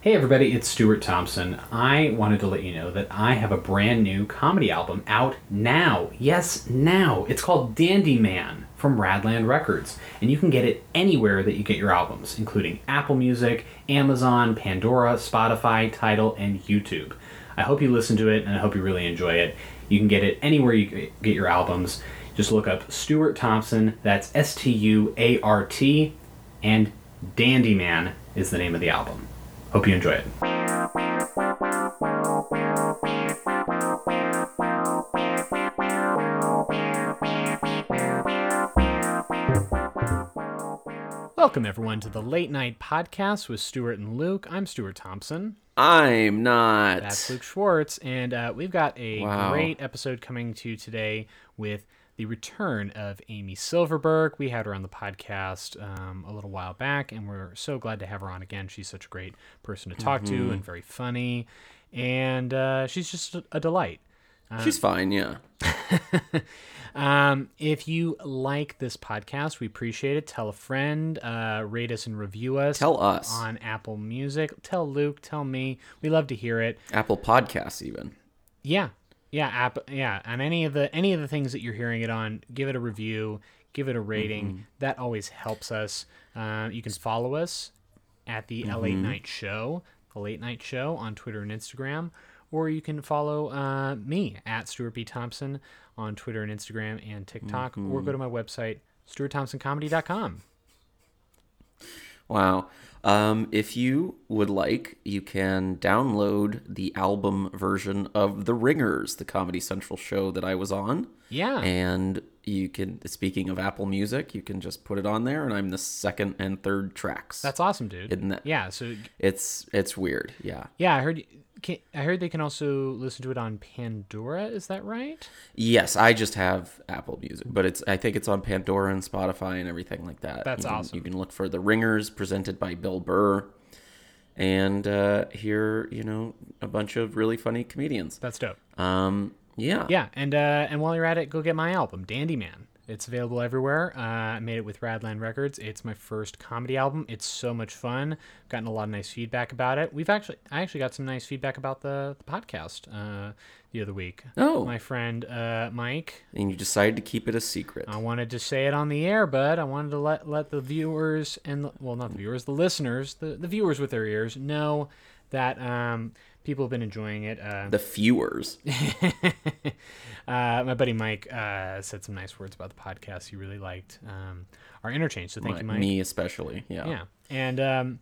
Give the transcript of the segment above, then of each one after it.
Hey everybody, it's Stuart Thompson. I wanted to let you know that I have a brand new comedy album out now. Yes, now. It's called Dandy Man from Radland Records, and you can get it anywhere that you get your albums, including Apple Music, Amazon, Pandora, Spotify, Tidal, and YouTube. I hope you listen to it and I hope you really enjoy it. You can get it anywhere you get your albums. Just look up Stuart Thompson, that's S T U A R T, and Dandy Man is the name of the album. Hope you enjoy it. Welcome, everyone, to the Late Night Podcast with Stuart and Luke. I'm Stuart Thompson. I'm not. That's Luke Schwartz, and uh, we've got a Wow. great episode coming to you today with the return of Amy Silverberg. We had her on the podcast um, a little while back, and we're so glad to have her on again. She's such a great person to talk to Mm-hmm. and very funny, and uh, she's just a- a delight. She's fine, yeah. Um, if you like this podcast, we appreciate it. Tell a friend, uh, rate us and review us. Tell us. on Apple Music. Tell Luke. Tell me. We love to hear it. Apple Podcasts, even. Yeah, yeah, app, yeah. On any of the any of the things that you're hearing it on, give it a review, give it a rating. Mm-hmm. That always helps us. Uh, you can follow us at the LA Mm-hmm. Night Show, the Late Night Show on Twitter and Instagram, or you can follow uh, me at Stuart B Thompson on Twitter and Instagram and TikTok, or Mm-hmm. go to my website stuartthompsoncomedy.com. Wow. Um, if you would like, you can download the album version of The Ringers, the Comedy Central show that I was on. Yeah, And you can, speaking of Apple Music, you can just put it on there, and I'm the second and third tracks. that's awesome, dude. Isn't that- yeah, so it's it's weird, yeah, yeah, I heard. Can, I heard they can also listen to it on Pandora. Is that right? yes. I just have Apple Music, but it's I think it's on Pandora and Spotify and everything like that. That's You can- awesome. You can look for the Ringers presented by Bill Burr, and uh, hear you know a bunch of really funny comedians. That's dope. Um, yeah, Yeah, and uh, and while you're at it, go get my album, Dandy Man. It's available everywhere. Uh, I made it with Radland Records. It's my first comedy album. It's so much fun. Gotten a lot of nice feedback about it. We've actually, I actually got some nice feedback about the, the podcast uh, the other week. Oh. my friend uh, Mike, and you decided to keep it a secret. I wanted to say it on the air, bud. I wanted to let let the viewers and the, well, not the viewers, the listeners, the, the viewers with their ears know that um, people have been enjoying it. Uh, The viewers. uh, my buddy Mike uh, said some nice words about the podcast. He really liked um, our interchange. So thank you, Mike. me especially. Yeah. Yeah. And, um,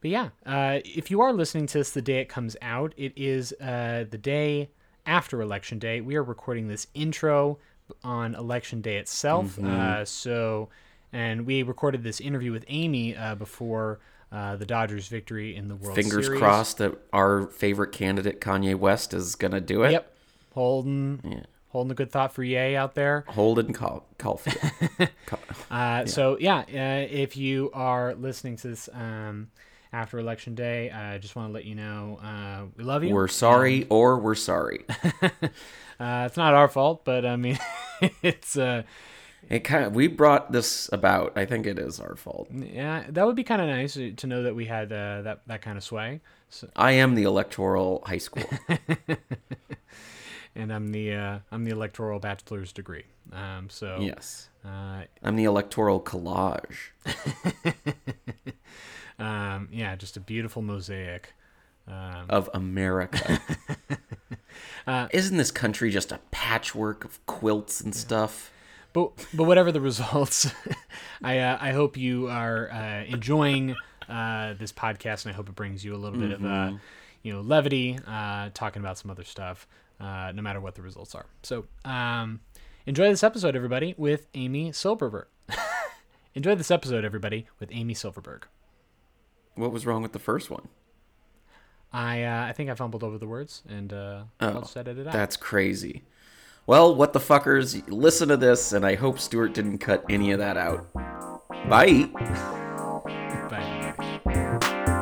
but yeah, uh, if you are listening to this the day it comes out, it is uh, the day after Election Day. We are recording this intro on Election Day itself. Mm-hmm. Uh, so, and we recorded this interview with Amy uh, before. Uh, the Dodgers' victory in the World Fingers Series. crossed that our favorite candidate Kanye West is gonna do it. Yep, holding, holding a good thought for Ye out there. Holden Caul- Caulfield. Uh, So yeah, uh, if you are listening to this um, after election day, I just want to let you know uh, we love you. we're sorry, or we're sorry. Uh, it's not our fault, but I mean, it's uh, It kind of, we brought this about. I think it is our fault. yeah, that would be kind of nice to know that we had uh, that that kind of sway. So, I am the electoral high school. and I'm the uh, I'm the electoral bachelor's degree. Um, so yes, uh, I'm the electoral collage. um, yeah, just a beautiful mosaic. of America. Isn't this country just a patchwork of quilts and stuff? but but whatever the results, I uh, I hope you are uh, enjoying uh, this podcast, and I hope it brings you a little bit of uh, you know levity, uh, talking about some other stuff, uh, no matter what the results are. So um, enjoy this episode, everybody, with Amy Silverberg. enjoy this episode, everybody, with Amy Silverberg. What was wrong with the first one? I uh, I think I fumbled over the words, and uh, I'll just edit it out. That's crazy. Well, what the fuckers, listen to this, and I hope Stuart didn't cut any of that out. Bye. Bye.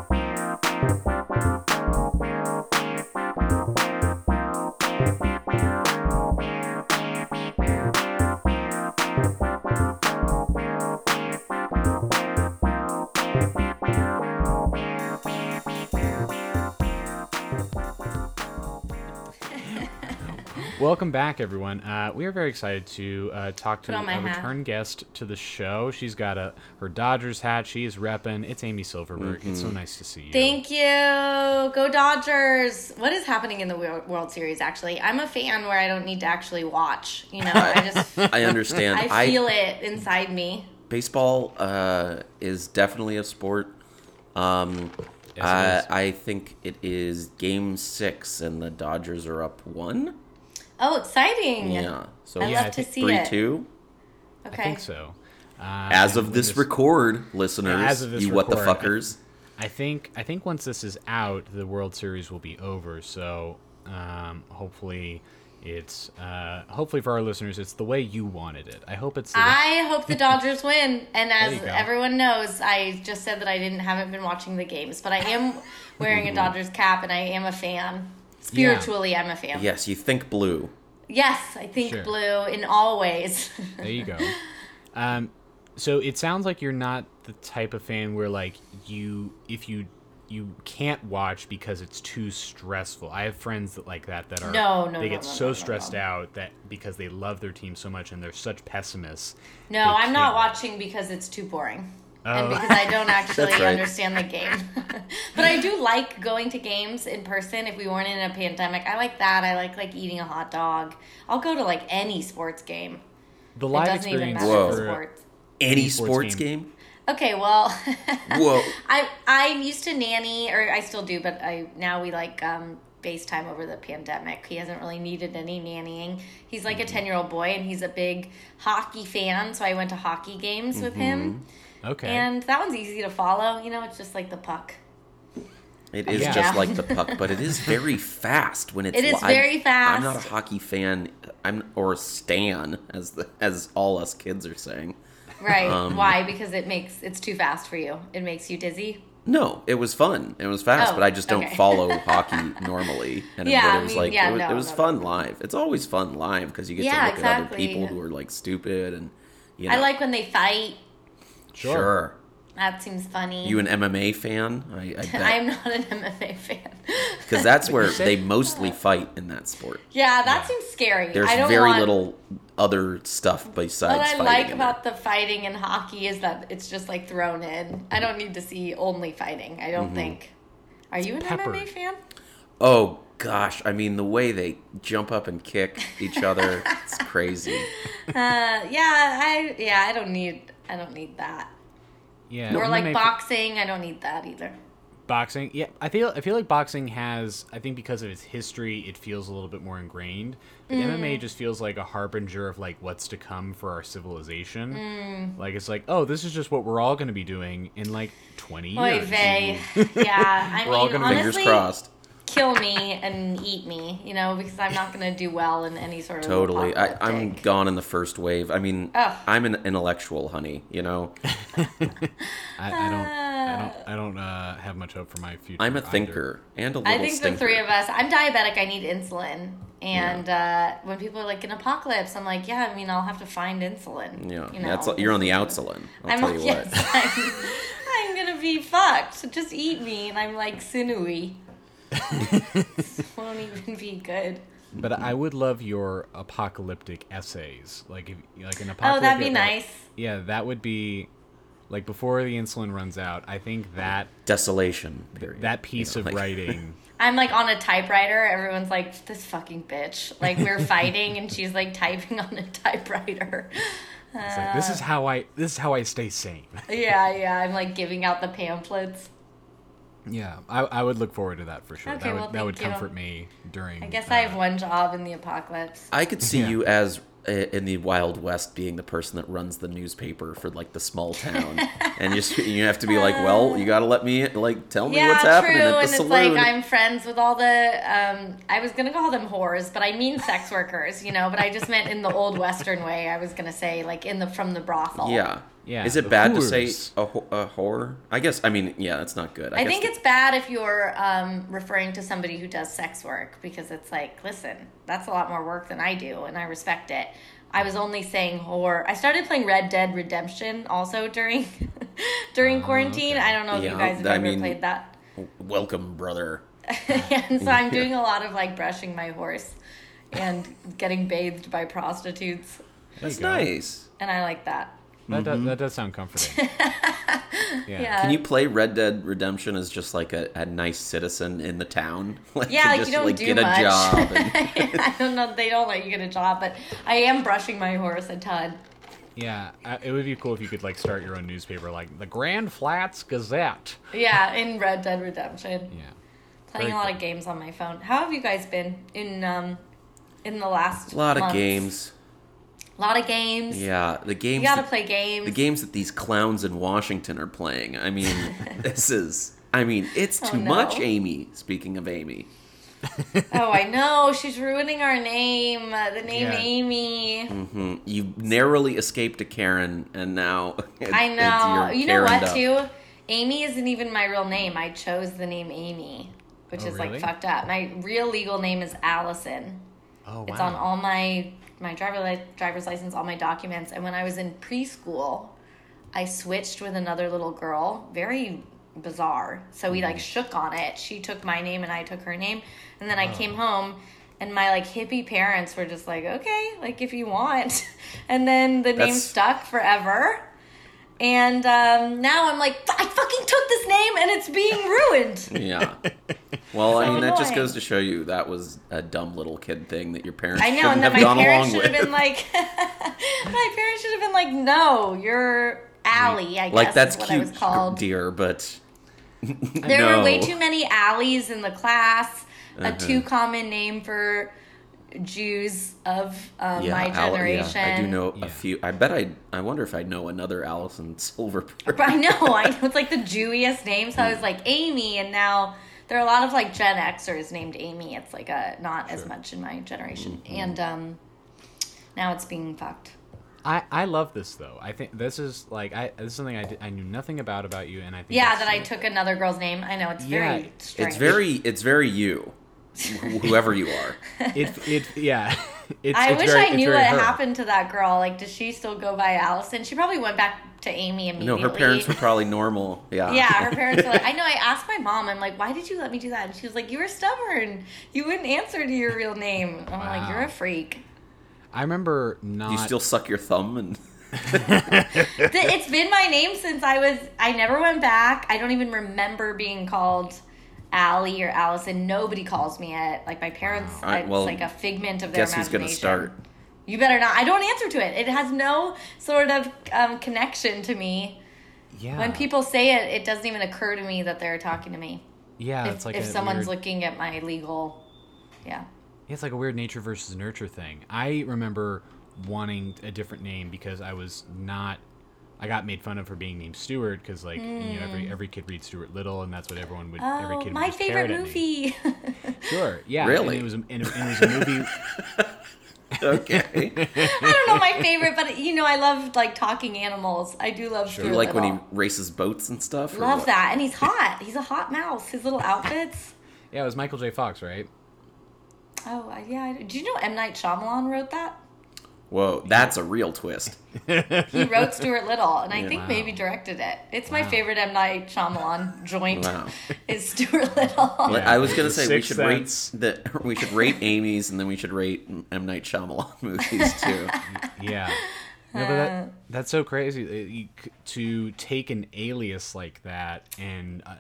Welcome back, everyone. Uh, we are very excited to uh, talk to Put on my a hat. return guest to the show. She's got a her Dodgers hat. She is repping. It's Amy Silverberg. It's so nice to see you. Thank you. Go Dodgers. What is happening in the Wor- World Series, actually? I'm a fan where I don't need to actually watch. You know, I just, I understand. I feel it inside me. baseball uh, is definitely a sport. Um, Yes, it I- is. I think it is game six, and the Dodgers are up one. Oh, exciting. Yeah, so I Yeah, I love to think see three it. two. I Okay. think so. Uh, As and of we this just- record, listeners, As of this you what the record, I- fuckers. I think I think once this is out, the World Series will be over. So um, hopefully, it's uh, hopefully for our listeners, it's the way you wanted it. I hope it's. The I hope the Dodgers win. And you as go. everyone knows, I just said that I didn't haven't been watching the games, but I am wearing a Dodgers cap and I am a fan. Spiritually, I'm a fan. Yes, you think blue. Yes, I think Sure. blue in all ways. There you go. Um, so it sounds like you're not the type of fan where like you if you you can't watch because it's too stressful. I have friends that like that that are No, no, they no, get no, so no, no, stressed no. out that because they love their team so much and they're such pessimists. No, they I'm not can't. watching because it's too boring. Oh. And because I don't actually That's right. understand the game. but I do like going to games in person if we weren't in a pandemic. I like that. I like like eating a hot dog. I'll go to like any sports game. The It live doesn't even experience matter Whoa. the for- sports. Any sports sports game? game. Okay, well, Whoa. I I used to nanny, or I still do, but I now we like um, FaceTime over the pandemic. He hasn't really needed any nannying. He's like a ten year old boy, and he's a big hockey fan. So I went to hockey games with him, okay. and that one's easy to follow. You know, it's just like the puck. It is Yeah. just like the puck, but it is very fast when it's. It is live. very I'm not fast. a hockey fan. I'm or a stan, as the, as all us kids are saying. Right? Why? Because it makes it's too fast for you. It makes you dizzy. No, it was fun. It was fast, Oh, but I just don't okay. follow hockey normally. And Yeah, but I it was mean, like yeah, it was, no, it was no, fun live. It's always fun live because you get Yeah, to look at other exactly. people who are like stupid and you know. I like when they fight. sure. That seems funny. You an MMA fan? I, I I'm bet not an MMA fan. because that's where said- they mostly fight in that sport. yeah, that seems scary. There's I don't very want- little other stuff besides. What I fighting like in about the fighting in hockey is that it's just like thrown in. I don't need to see only fighting. I don't Mm-hmm. think. Are you an MMA peppered. fan? there. Oh gosh, I mean the way they jump up and kick each other, it's crazy. Uh, yeah, I yeah, I don't need I don't need that. yeah. or like MMA boxing, I don't need that either. boxing yeah i feel i feel like boxing has i think because of its history it feels a little bit more ingrained but Mm. mma just feels like a harbinger of like what's to come for our civilization Mm. like it's like oh this is just what we're all going to be doing in like 20 Oy years vey. yeah, I We're all mean, gonna honestly, fingers crossed. kill me and eat me, you know, because I'm not going to do well in any sort of Totally. I, I'm apocalyptic. gone in the first wave. I mean, Ugh. I'm an intellectual, honey, you know? I, I don't i don't i don't uh, have much hope for my future I'm a either. thinker and a little I think stinker. the three of us. I'm diabetic. I need insulin. And uh, when people are like an apocalypse, I'm like, yeah. I mean, I'll have to find insulin. Yeah, you know? that's you're on the outsulin. I'll I'm tell you yes, what. I'm, I'm gonna be fucked. So just eat me, and I'm like sinewy. This won't even be good. but i would love your apocalyptic essays like if like an apocalyptic Oh, that'd be nice. yeah that would be like before the insulin runs out i think that Desolation. Period. that piece You know, of like- writing I'm like on a typewriter. Everyone's like, this fucking bitch. Like we're fighting, and she's like typing on a typewriter. It's like this Uh, is how I this is how I stay sane. Yeah, yeah. I'm like giving out the pamphlets. yeah, I, I would look forward to that for sure. Okay, that would well, that would thank you. comfort me during. I guess I have Ah. one job in the apocalypse. I could see you as uh, in the Wild West being the person that runs the newspaper for like the small town, and you s- you have to be like, well, you got to let me like tell me Uh, Yeah, what's happening true. at the and saloon. it's like I'm friends with all the. Um, I was gonna call them whores, but I mean sex workers, you know. But I just meant in the old Western way. I was gonna say like in the from the brothel. yeah. Yeah, Is it the bad to whores. say a, wh- a whore? I guess. I mean, yeah, that's not good. I guess think it's bad if you're um, referring to somebody who does sex work because it's like, listen, that's a lot more work than I do, and I respect it. I was only saying whore. I started playing Red Dead Redemption also during during quarantine. I don't know if Oh, Yeah, you guys have I ever mean- played that. welcome, brother. and so I'm doing a lot of like brushing my horse and getting bathed by prostitutes. That's you go. nice. And I like that. That, does, that does sound comforting. Mm-hmm. yeah. Yeah. Can you play Red Dead Redemption as just like a, a nice citizen in the town? Like, yeah, like just you don't like do get much. a job. and- I don't know. They don't let you get a job, but I am brushing my horse a ton. Yeah, uh, it would be cool if you could like start your own newspaper, like the Grand Flats Gazette. Yeah, in Red Dead Redemption, Yeah, playing very a lot cool. of games on my phone. How have you guys been in um in the last a lot of months? games. A lot of games. Yeah, the games. You gotta that- play games. the games that these clowns in Washington are playing. I mean, this is. I mean, it's Oh, too no. much, Amy. Speaking of Amy, Oh, I know. She's ruining our name. uh, The name Yeah. Amy. hmm you narrowly escaped a Karen, and now it- I it's know. your You know what, Karened up. too? Amy isn't even my real name. I chose the name Amy, which Oh, is really? like fucked up. My real legal name is Allison. Oh wow. It's on all my my driver li- driver's license, all my documents. And when I was in preschool, I switched with another little girl. Very bizarre. So we Mm-hmm. like shook on it. She took my name and I took her name. And Oh. then I came home and my like hippie parents were just like, "Okay, like if you want." And then the name That's- stuck forever. And um, now I'm like, I fucking took this name and it's being ruined. Yeah. Well, I So mean, that just annoying. goes to show you that was a dumb little kid thing that your parents I know, shouldn't and then have my gone parents along should with. have been like, my parents should have been like, no, you're Allie. I like guess that's is what cute, I was called. dear, but There no. Uh-huh. were way too many Allies in the class. A too common name for Jews of uh, Yeah, my Al- yeah, generation. I do know Yeah. a few. I bet I. I wonder if I know another Allison Silverberg. But I know, I know it's like the Jewiest name. So I Hmm. was like Amy, and now there are a lot of like Gen Xers named Amy. It's like a not as much in my generation, Mm-hmm. and um, now it's being fucked. I, I love this though. I think this is like I this is something I, did, I knew nothing about about you, and I think Yeah, that's- that I took another girl's name. I know it's very Yeah, strange. It's very. It's very you, wh- whoever you are. it it yeah. It's, I it's wish very- I it's knew very what her. happened to that girl. Like, does she still go by Allison? She probably went back to Amy No, immediately. her parents were probably normal. Yeah. Yeah, her parents were like, I know. I asked my mom. I'm like, why did you let me do that? And she was like, you were stubborn. You wouldn't answer to your real name. I'm Wow. like, you're a freak. I remember not. you still suck your thumb and Th- it's been my name since I was. I never went back. I don't even remember being called Allie or Allison. Nobody calls me it. Like my parents. All right, it's well, like a figment of their guess who's imagination. gonna start? You better not. I don't answer to it. It has no sort of um, connection to me. yeah. When people say it, it doesn't even occur to me that they're talking to me. yeah, if it's like if a someone's weird- looking at my legal, yeah. It's like a weird nature versus nurture thing. I remember wanting a different name because I was not. I got made fun of for being named Stewart because, like, you know, every every kid reads Stuart Little, and that's what everyone would. every Hmm. Oh, kid would my just parrot favorite at me. movie. Sure, yeah, Really? And it was a, and it, and it was a movie. okay. I don't know my favorite, but you know I love like talking animals. I do love. you Stuart like when he Little. races boats and stuff. or Love what? that, and he's hot. He's a hot mouse. His little outfits. yeah, it was Michael J. Fox, right? Oh I- yeah, I, do you know M Night Shyamalan wrote that? Whoa, that's a real twist. He wrote Stuart Little, and I think Wow. maybe directed it. It's my Wow. favorite M Night Shyamalan joint. Wow. Is Stuart Little? But Yeah, I was gonna the say we Sixth should Sense. rate that we should rate Amy's and then we should rate M Night Shyamalan movies too. Yeah. No, but that, that's so crazy uh, you c- to take an alias like that and uh,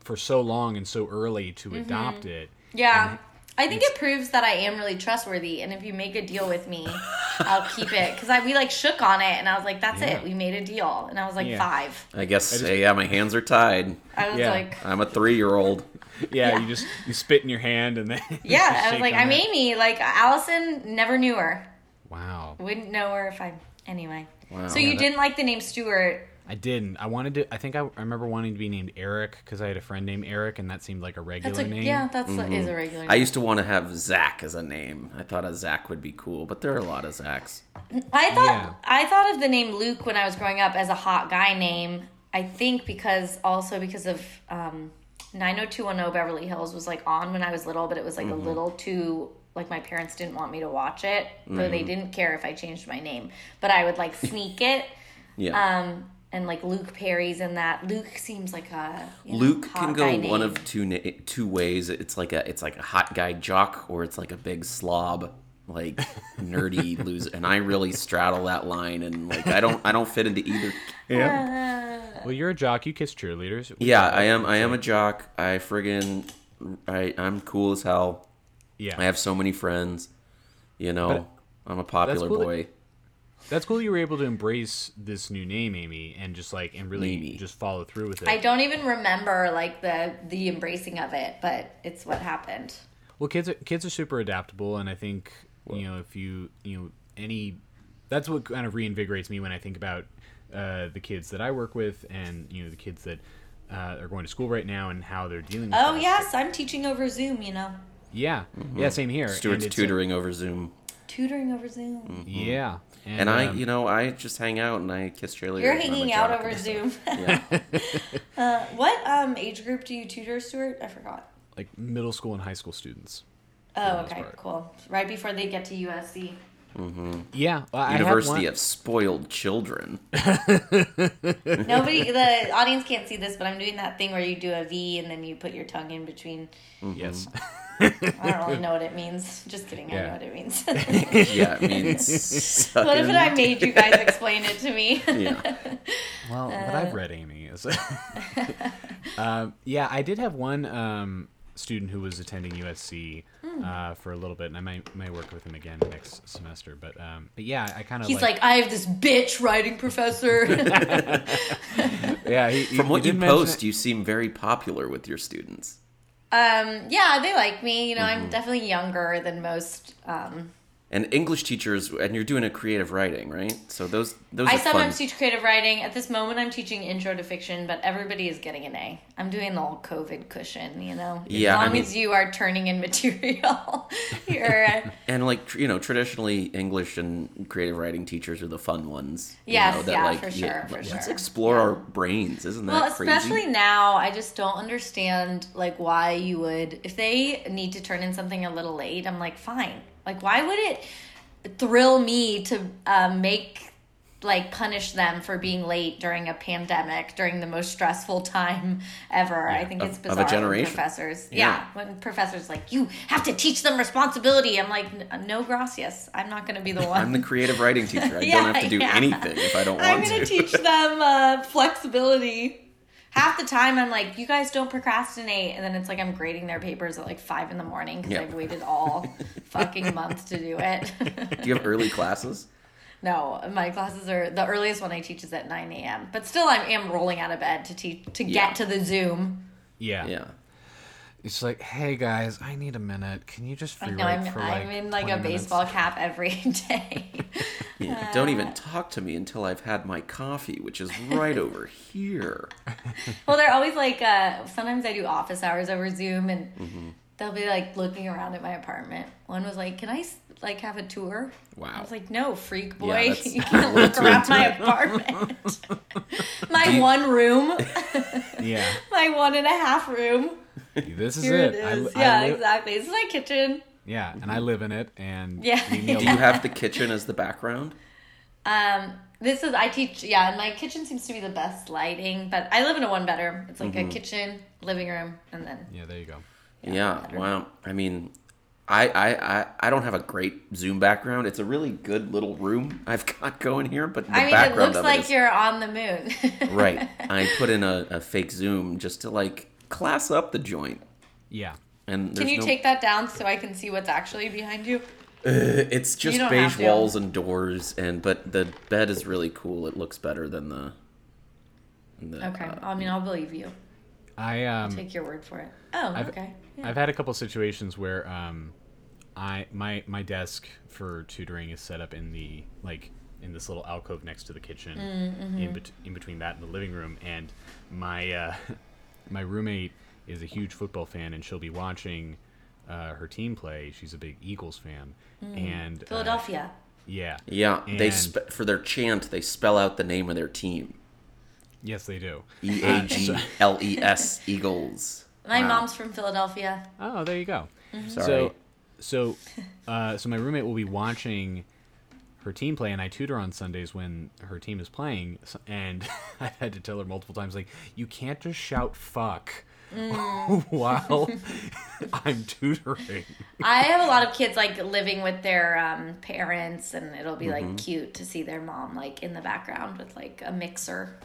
for so long and so early Mm-hmm. to adopt it. Yeah. I think it proves that I am really trustworthy, and if you make a deal with me, I'll keep it. Because I we like shook on it, and I was like, "That's Yeah. it, we made a deal." And I was like, Yeah. five. I guess yeah, my hands are tied. I was Yeah. Uh, like, I'm a three year old. Yeah, Yeah. you just you spit in your hand and then "Yeah." I shake was like, on "I'm it. Amy." Like Allison never knew her, Wow. wouldn't know her if I. Anyway, Wow. so you Yeah, that- didn't like the name Stuart. I didn't. I wanted to. I think I, I remember wanting to be named Eric because I had a friend named Eric, and that seemed like a regular That's a name. yeah. That's Mm-hmm. a, is a regular. I used to want to have Zach as a name. I thought a Zach would be cool, but there are a lot of Zachs. I thought Yeah. I thought of the name Luke when I was growing up as a hot guy name. I think because also because of um, 90210 Beverly Hills was like on when I was little, but it was like Mm-hmm. a little too like my parents didn't want me to watch Mm-hmm. it, though they didn't care if I changed my name, but I would like sneak it. Yeah. Um, and like Luke Perry's in that. Luke seems like a you know, Luke hot can guy go one name. of two na- two ways. It's like a it's like a hot guy jock or it's like a big slob, like nerdy loser. And I really straddle that line, and like I don't I don't fit into either. Yeah. Well, you're a jock. You kiss cheerleaders. Yeah, I am I am a jock. I friggin' I I'm cool as hell. Yeah. I have so many friends. You know, I'm a popular cool that- boy. That's cool. You were able to embrace this new name, Amy, and just like and really Amy. just follow through with it. I don't even remember like the the embracing of it, but it's what happened. Well, kids are, kids are super adaptable, and I think you know if you you know any, that's what kind of reinvigorates me when I think about uh, the kids that I work with, and you know the kids that uh, are going to school right now and how they're dealing. with Oh that. yes, I'm teaching over Zoom. You know, yeah, yeah, same here. Stuart's And it's, uh, Mm-hmm. tutoring over Zoom, tutoring over Zoom. Yeah, and I um, you know I just hang out and I kiss cheerleaders. You're and I'm a hanging out jock over and- Zoom. Yeah. Uh, what um, age group do you tutor, Stuart? I forgot. like middle school and high school students. Oh, most okay, part. cool. Right before they get to USC. Yeah, well, I have one- University of Spoiled Children. Nobody, the audience can't see this, but I'm doing that thing where you do a V and then you put your tongue in between. Mm-hmm. Yes. I don't really know what it means. Just kidding, I know Yeah. what it means. yeah, it means. what if sucking. I made you guys explain it to me? Yeah. Well, what I've read, Amy, is. um, yeah, I did have one um, student who was attending USC Hmm. uh, for a little bit, and I might, might work with him again next semester. But um, but yeah, I kind of. He's like, I have this bitch writing professor. yeah, he, he- From he what you did mention post, it. you seem very popular with your students. um, yeah, they like me. You know, I'm definitely younger than most. Um, And English teachers, and you're doing a creative writing, right? So those those I are fun. sometimes teach creative writing. At this moment, I'm teaching intro to fiction, but everybody is getting an A. I'm doing the whole COVID cushion, you know? Yeah, As I long mean- as you are turning in material, you're. uh, and like tr- you know, traditionally English and creative writing teachers are the fun ones. you Yes, know, yeah, for sure, for Let's sure. explore our brains, isn't that Well, crazy? especially now, I just don't understand like why you would if they need to turn in something a little late. I'm like, fine. Like, why would it thrill me to um, make like punish them for being late during a pandemic during the most stressful time ever? I think of- it's of a bizarre. when generation. professors, yeah. Yeah. when professors like you have to teach them responsibility. I'm like, "N- no, gracias. I'm not going to be the one. I'm the creative writing teacher. I Yeah, don't have to do yeah. anything if I don't want I'm to. gonna teach them uh, flexibility. Half the time, I'm like, you guys don't procrastinate, and then it's like I'm grading their papers at like five in the morning because Yeah. I've waited all fucking month to do it. do you have early classes? no, my classes are the earliest one I teach is at nine a.m. But still, I am rolling out of bed to teach to Yeah. get to the Zoom. Yeah. Yeah. It's like, hey guys, I need a minute. Can you just free No, write I'm for like I'm in like a 20 minutes?" baseball cap every day. Yeah, don't even talk to me until I've had my coffee, which is right over here. Well, they're always like, uh, sometimes I do office hours over Zoom, and Mm-hmm. they'll be like looking around at my apartment. One was like, "Can I s- like have a tour?" Wow. I was like, "No, freak Yeah, boy, that's you a can't little look too around my intimate. apartment. my you- one room, Yeah. my one and a half room. This is Here it. it I is. li- I yeah, li- exactly. This is my kitchen. Yeah, and I live in it, and Yeah. leave me Do you alone. have the kitchen as the background? Um, this is I teach. Yeah, and my kitchen seems to be the best lighting. But I live in a one bedroom. It's Mm-hmm. like a kitchen, living room, and then Yeah, there you go. Yeah. Wow. I mean, I, I I I don't have a great Zoom background. It's a really good little room I've got going here, but the I mean, it background looks of like it is- you're on the moon. right. I put in a, a fake Zoom just to like class up the joint. Yeah. And Can there's you no, take that down so I can see what's actually behind you? Uh, It's just don't beige have to. walls and doors, and but the bed is really cool. It looks better than the. the uh, Okay. Uh, I mean, I'll believe you. I Hmm. um. Take your word for it. Oh, okay. I've had a couple situations where um, I my my desk for tutoring is set up in the like in this little alcove next to the kitchen, Mm-hmm. in, bet- in between that and the living room, and my uh, my roommate is a huge football fan, and she'll be watching uh, her team play. She's a big Eagles fan, and uh, Mm. Philadelphia. yeah, Yeah, they And- spe- for their chant they spell out the name of their team. yes, they do. E A G L E S Eagles. My Wow. mom's from Philadelphia. Oh, Mm-hmm. there you go. Sorry. So, so, uh, so my roommate will be watching her team play, and I tutor on Sundays when her team is playing. s- And I've had to tell her multiple times, like, you can't just shout "fuck" Mm. while I'm tutoring. I have a lot of kids like living with their um, parents, and it'll be Mm-hmm. like cute to see their mom like in the background with like a mixer.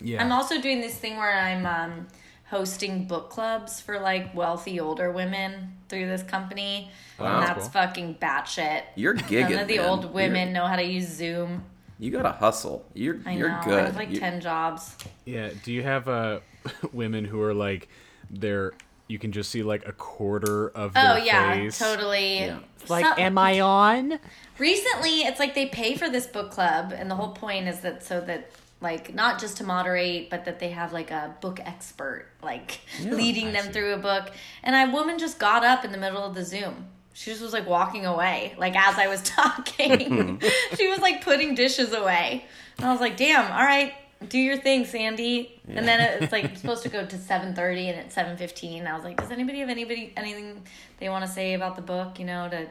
Yeah, I'm also doing this thing where I'm um, hosting book clubs for like wealthy older women through this company. Wow. and that's Cool. fucking batshit. You're gigging. None of the man. old women You're- know how to use Zoom. you gotta hustle. You're I you're know. good. I have like You- ten jobs. yeah. Do you have uh, women who are like, they're you can just see like a quarter of Oh their yeah, face? totally. Yeah. Some- I on? recently it's like they pay for this book club and the whole point is that so that like not just to moderate but that they have like a book expert like leading them through a book and a woman just got up in the middle of the zoom she just was like walking away like as i was talking she was like putting dishes away and i was like damn all right do your thing sandy and then it's like supposed to go to 7.30 and at 7.15 i was like does anybody have anybody anything they want to say about the book you know to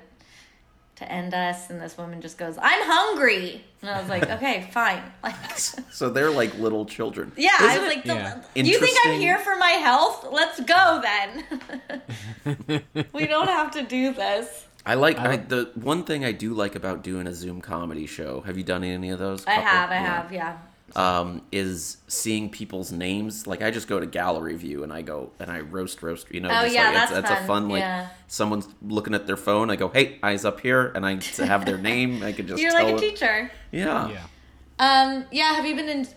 to end us and this woman just goes i'm hungry and i was like okay fine like So they're like little children. yeah i Isn't was it- like the, yeah. you think i'm Interesting. here for my health let's go then we don't have to do this I like I, the one thing I do like about doing a Zoom comedy show. Have you done any of those? i Couple? have i Yeah. have yeah um, is seeing people's names. Like I just go to gallery view and I go and I roast roast. You know, Oh, just yeah, like, it's- that's a fun, fun like yeah. someone's looking at their phone. I go, hey, eyes up here, and I s- have their name. I can just you're tell like a it- teacher Yeah. Yeah. um yeah have you been en-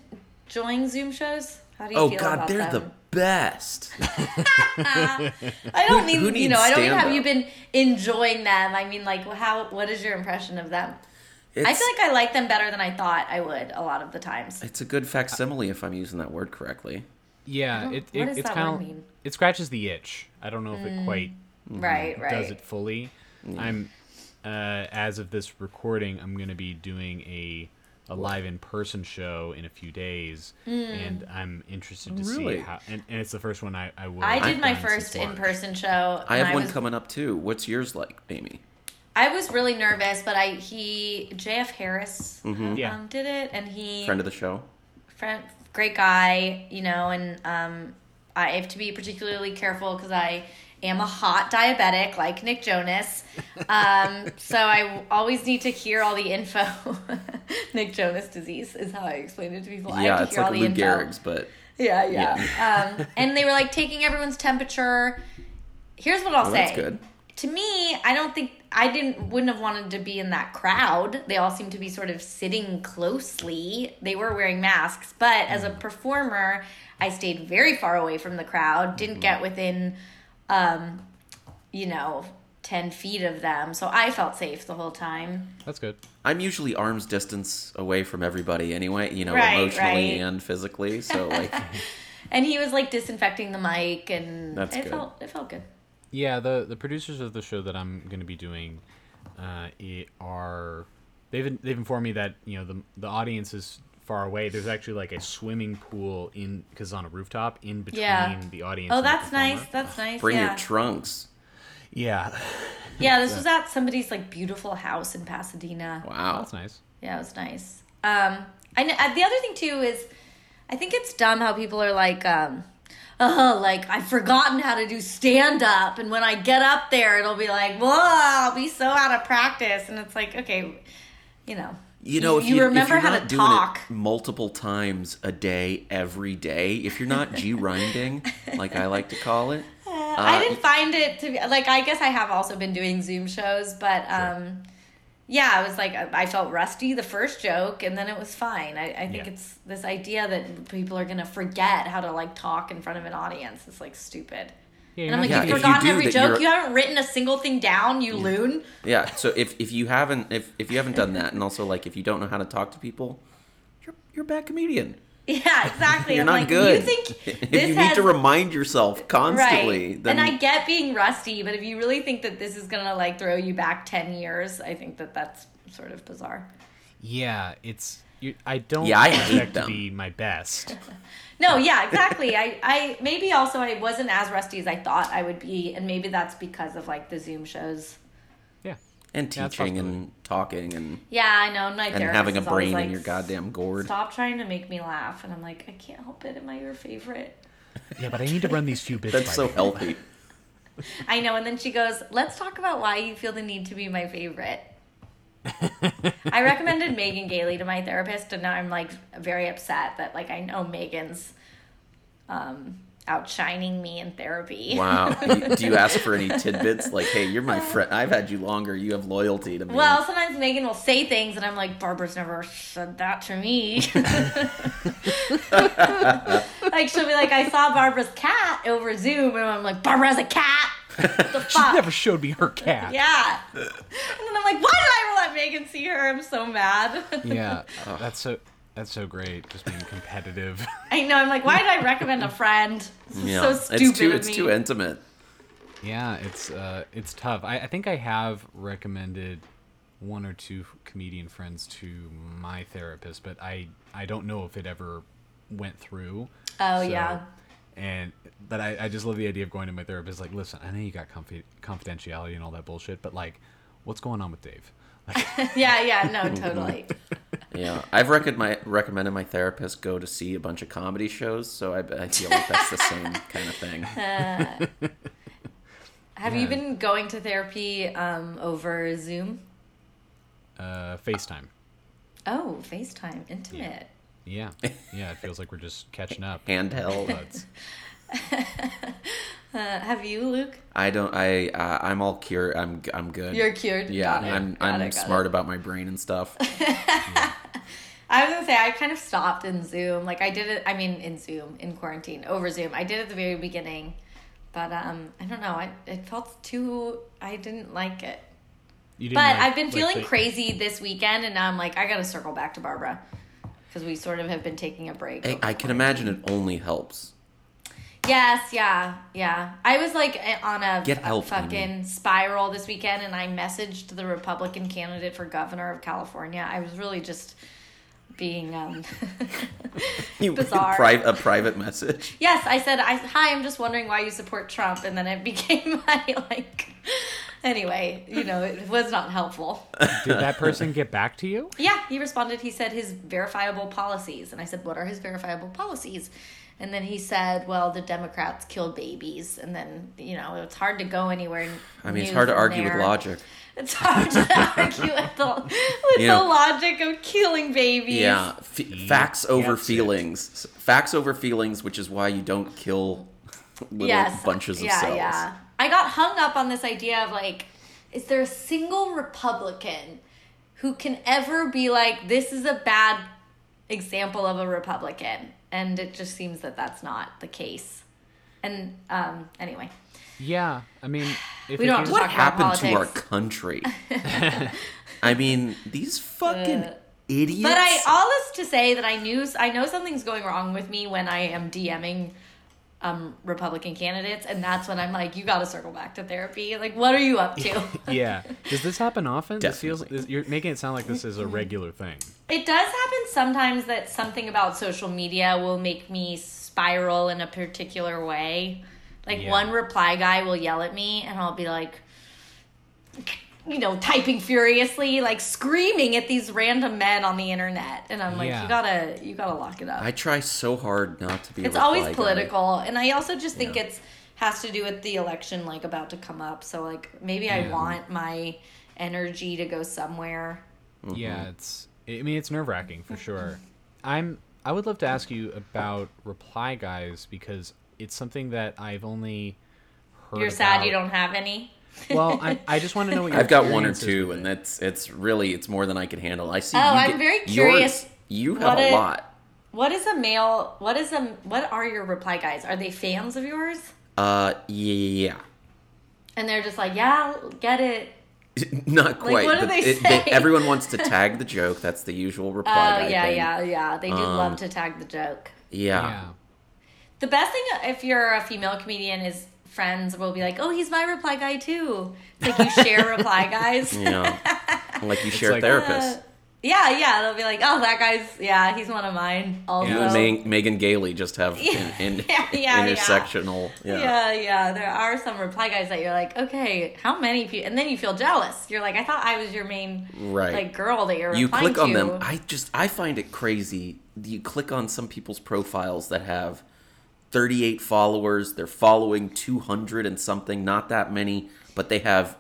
enjoying zoom shows how do you Oh feel God, about they're them? the best. I don't mean who you needs know. I don't mean have stand-up? you been enjoying them. I mean like how. What is your impression of them? I It's- feel like I like them better than I thought I would a lot of the times. It's a good facsimile if I'm using that word correctly. Yeah, it, what it does it's that kind word of mean? it scratches the itch. I don't know if it quite Right, right. does it fully. I'm uh, as of this recording, I'm gonna be doing a a live in person show in a few days, Mm. and I'm interested to Really? see how. And, and it's the first one I I will. I did have my done since first in March. person show. I and have one was, coming up too. What's yours like, Amy? I was really nervous, but I he JF Harris Yeah. um, did it, and he Mm-hmm. Friend of the show. friend, great guy, you know, and um, I have to be particularly careful because I am a hot diabetic like Nick Jonas. Um, so I always need to hear all the info. Nick Jonas disease is how I explain it to people. I have yeah, to it's hear like all Lou the info. Gehrig's, but Yeah, yeah. um, and they were like taking everyone's temperature. Here's what I'll oh, say. that's good. To me, I don't think I didn't wouldn't have wanted to be in that crowd. They all seemed to be sort of sitting closely. They were wearing masks, but as Mm. a performer, I stayed very far away from the crowd. Didn't Mm. get within, um, you know, ten feet of them. So I felt safe the whole time. That's good. I'm usually arm's distance away from everybody anyway, you know, Right, emotionally right. and physically. So like And he was like disinfecting the mic, and That's it good. felt it felt good. Yeah, the the producers of the show that I'm going to be doing uh, it are they've they've informed me that you know the the audience is far away. There's actually like a swimming pool in because it's on a rooftop in between Yeah. the audience. Oh, and the that's performer. nice. That's nice. bring yeah. your trunks. Yeah, Yeah, this was at somebody's like beautiful house in Pasadena. Wow. that's nice. Yeah, it was nice. Um, I know, uh, the other thing too is, I think it's dumb how people are like, um, oh, like I've forgotten how to do stand up, and when I get up there, it'll be like, whoa, I'll be so out of practice, and it's like, okay, you know, You know, You- if you you, remember if you're how to not doing talk. it multiple times a day, every day, if you're not G rinding, like I like to call it. Uh, uh, I didn't find it to be like. I guess I have also been doing Zoom shows, but um, yeah, I was like, uh, I felt rusty the first joke, and then it was fine. I, I think Yeah. it's this idea that people are gonna forget how to like talk in front of an audience. It's like stupid. Yeah, And I'm like, Yeah, if you you've forgotten do every that, joke. you're- You haven't written a single thing down, you loon. Yeah. So if, if you haven't if, if you haven't done that and also like if you don't know how to talk to people, you're you're a bad comedian. Yeah, exactly. You're I'm not like, good. You think if this you has need to remind yourself constantly, Right. then and I get being rusty, but if you really think that this is gonna like throw you back ten years, I think that that's sort of bizarre. yeah, it's you, I don't Yeah, I hate expect to them. be my best. No, yeah, exactly. I, I maybe also I wasn't as rusty as I thought I would be, and maybe that's because of like the Zoom shows. Yeah, and Yeah, it's teaching possible. and talking and Yeah, I know. My and therapist having a is always brain like, in your goddamn gourd. Stop trying to make me laugh, and I'm like, I can't help it. Am I your favorite? Yeah, but I need to run these few bits. That's by so you. healthy. I know. And then she goes, Let's talk about why you feel the need to be my favorite. I recommended Megan Gailey to my therapist, and now I'm like very upset that like I know Megan's um, outshining me in therapy. Wow. You- Do you ask for any tidbits? Like, hey, you're my friend. I've had you longer. You have loyalty to me. Well, sometimes Megan will say things, and I'm like, Barbara's never said that to me. like, she'll be like, I saw Barbara's cat over Zoom, and I'm like, Barbara has a cat? The fuck? Never showed me her cat. yeah. And then I'm like, why did I let Megan see her? I'm so mad. Yeah, that's so that's so great. Just being competitive. I know. I'm like, why did I recommend a friend? This is so stupid. it's too of it's me. too intimate. yeah, it's uh, it's tough. I, I think I have recommended one or two comedian friends to my therapist, but I I don't know if it ever went through. Oh, So- yeah. And but I, I just love the idea of going to my therapist. Like, listen, I know you got confi- confidentiality and all that bullshit, but like, what's going on with Dave? Yeah, yeah. No, totally. Yeah, I've recommended my recommended my therapist go to see a bunch of comedy shows, so I, I feel like that's the same kind of thing. Have you Yeah. been going to therapy um, over Zoom? Uh, FaceTime. Oh, FaCetime. Intimate. Yeah, yeah. It feels like we're just catching up. Handheld. But Uh, have you, Luke? I don't. I uh, I'm all cured. I'm I'm good. You're cured. yeah, Got it, I'm got I'm it, got smart it. about my brain and stuff. I was gonna say I kind of stopped in Zoom. Like I did it. I mean, in Zoom, in quarantine, over Zoom. I did it at the very beginning, but um, I don't know. I it felt too. I didn't like it. you didn't But like- I've been like feeling the- crazy this weekend, and now I'm like, I gotta circle back to Barbara because we sort of have been taking a break. I, I can imagine it only helps. Yes, yeah, yeah. I was like a- on a, Get a help, I mean. fucking spiral this weekend, and I messaged the Republican candidate for governor of California. I was really just being um, You Bizarre. pri- a private message. yes. I said, I, "Hi, I'm just wondering why you support Trump," and then it became my like. Anyway, you know, it was not helpful. Did that person get back to you? Yeah, he responded. He said his verifiable policies. And I said, What are his verifiable policies? And then he said, Well, the Democrats kill babies. And then, you know, it's hard to go anywhere. I mean, it's new hard to from argue there. with logic. It's hard to argue with the, with You the know- logic of killing babies. Yeah, f- facts over gets it. feelings. S- Facts over feelings, which is why you don't kill little Yes. bunches of yeah, cells. Yeah. I got hung up on this idea of like, is there a single Republican who can ever be like, this is a bad example of a Republican? And it just seems that that's not the case. And um, anyway, Yeah, I mean, if We it came- don't have to What Talk happened about to our politics. country? I mean, these fucking idiots. Uh, but I all this to say that I knew I know something's going wrong with me when I am DMing um, Republican candidates, and that's when I'm like, you got to circle back to therapy. Like, what are you up to? yeah. Does this happen often? This feels, Definitely. this, you're making it sound like this is a regular thing. It does happen sometimes that something about social media will make me spiral in a particular way. Like Yeah. one reply guy will yell at me and I'll be like you know, typing furiously, like screaming at these random men on the internet and I'm like Yeah. you got to you got to lock it up. I try so hard not to be. a it's always reply guy. political and I also just think Yeah. it's has to do with the election like about to come up. So like maybe I Yeah. want my energy to go somewhere. Mm-hmm. Yeah, it's. I mean, it's nerve wracking for sure. I'm. I would love to ask you about reply guys because it's something that I've only. heard You're sad you about- don't have any. Well, I, I just want to know what your I've got one or experience is two, with and it. that's it's really it's more than I can handle. I see. Oh, you I'm get- very yours- curious You have what a it- lot. What is a male? What is a what are your reply guys? Are they fans of yours? Uh, yeah. And they're just like, yeah, get it. Not quite. what do but they it- they- say? everyone wants to tag the joke. That's the usual reply. Oh guy yeah, thing. Um, yeah, yeah. They do love to tag the joke. yeah. Yeah. The best thing if you're a female comedian is friends will be like, oh, he's my reply guy too. It's like you share reply guys. Yeah. like you share like- therapists. Yeah, yeah. They'll be like, oh, that guy's, yeah, he's one of mine. Also. You and Meg Megan Gailey just have Uh, Yeah, in, in, yeah, yeah. intersectional. Yeah. Yeah. yeah, There are some reply guys that you're like, okay, how many people? And then you feel jealous. You're like, I thought I was your main Right. like girl that you're you replying click on to. them. I just I find it crazy. You click on some people's profiles that have 38 followers. They're following 200 and something, not that many, but they have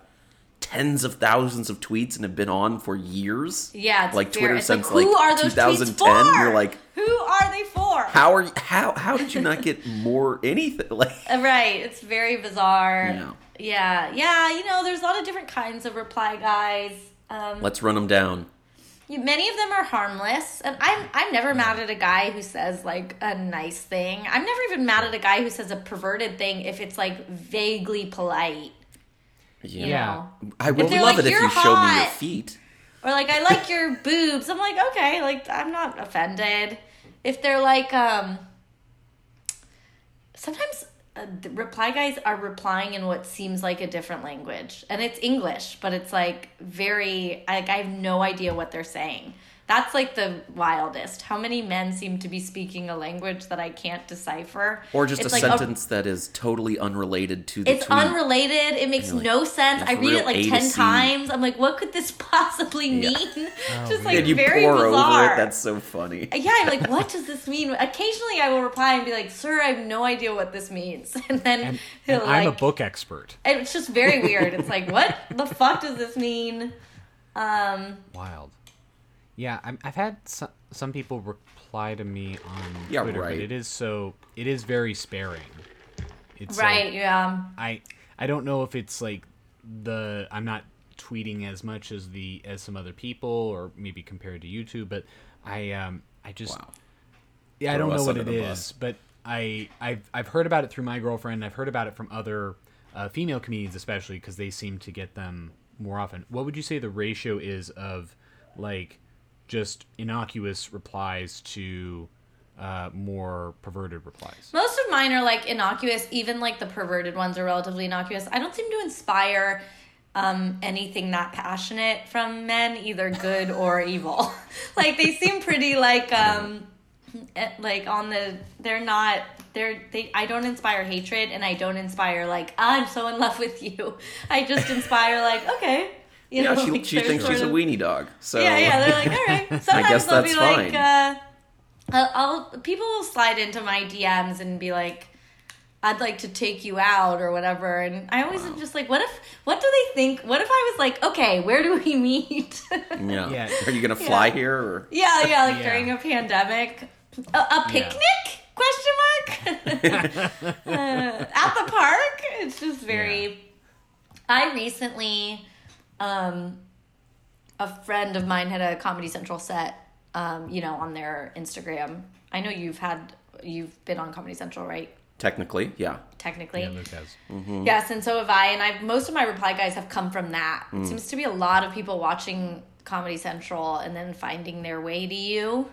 tens of thousands of tweets and have been on for years. yeah, it's like weird. Twitter It's since like, who like are those tweets 2010. for? You're like, who are they for? how are you, how how did you not get more anything like? Uh, Right. It's very bizarre. Yeah. Yeah. Yeah, You know, there's a lot of different kinds of reply guys. Um, Let's run them down. you- many of them are harmless, and I'm I'm never mad at a guy who says like a nice thing. I'm never even mad at a guy who says a perverted thing if it's like vaguely polite. Yeah. You Yeah. Know? I would If they're love like, it if "You're you showed me your hot." feet. Or like I like your boobs. I'm like okay, like I'm not offended. If they're like um, sometimes uh, the reply guys are replying in what seems like a different language and it's english but it's like very like i have no idea what they're saying that's like the wildest how many men seem to be speaking a language that i can't decipher Or just It's a like oh. sentence that is totally unrelated to the it's tweet. unrelated it makes You're like, no sense it's i read real it like A to 10 C. times i'm like what could this possibly mean just like Oh, and you very pour bizarre over it. That's so funny. yeah, I'm like, what does this mean? Occasionally, I will reply and be like, "Sir, I have no idea what this means," and then And, he'll and I'm a like, book expert. and it's just very weird. It's like, what the fuck does this mean? Um, Wild. Yeah, I'm, I've had some, some people reply to me on Yeah, Twitter, right. but it is so it is very sparing. It's like, right? Yeah. I I don't know if it's like the I'm not tweeting as much as the as some other people or maybe compared to you two, but I um I just Wow. yeah I Throw don't know us what under it the bus. is, but I I've I've heard about it through my girlfriend. I've heard about it from other uh, female comedians, especially because they seem to get them more often. What would you say the ratio is of like just innocuous replies to uh, more perverted replies? Most of mine are like innocuous. Even like the perverted ones are relatively innocuous. I don't seem to inspire um, anything not passionate from men, either good or evil. like they seem pretty like um, eh, like on the. They're not. They're they. I don't inspire hatred, and I don't inspire like I'm so in love with you. I just inspire like okay. You Yeah, she, like, she they're thinks sort she's a of- weenie dog. So yeah, yeah. They're like, all right. Sometimes guess they'll that's be like, fine. uh, I'll, I'll people will slide into my DMs and be like, I'd like to take you out or whatever. And I always am just like, what if? What do they think? What if I was like, okay, where do we meet? Yeah. Yeah. Are you gonna fly Yeah. here? Or... yeah, yeah. Like Yeah. during a pandemic, a, a picnic? Question mark. Uh, at the park, it's just very. Yeah. I recently, um, a friend of mine had a Comedy Central set, um, you know, on their Instagram. I know you've had, you've been on Comedy Central, right? Technically, yeah. Technically. Yeah, Luke has. Yes, and so have I. And I've most of my reply guys have come from that. It seems to be a lot of people watching Comedy Central and then finding their way to you.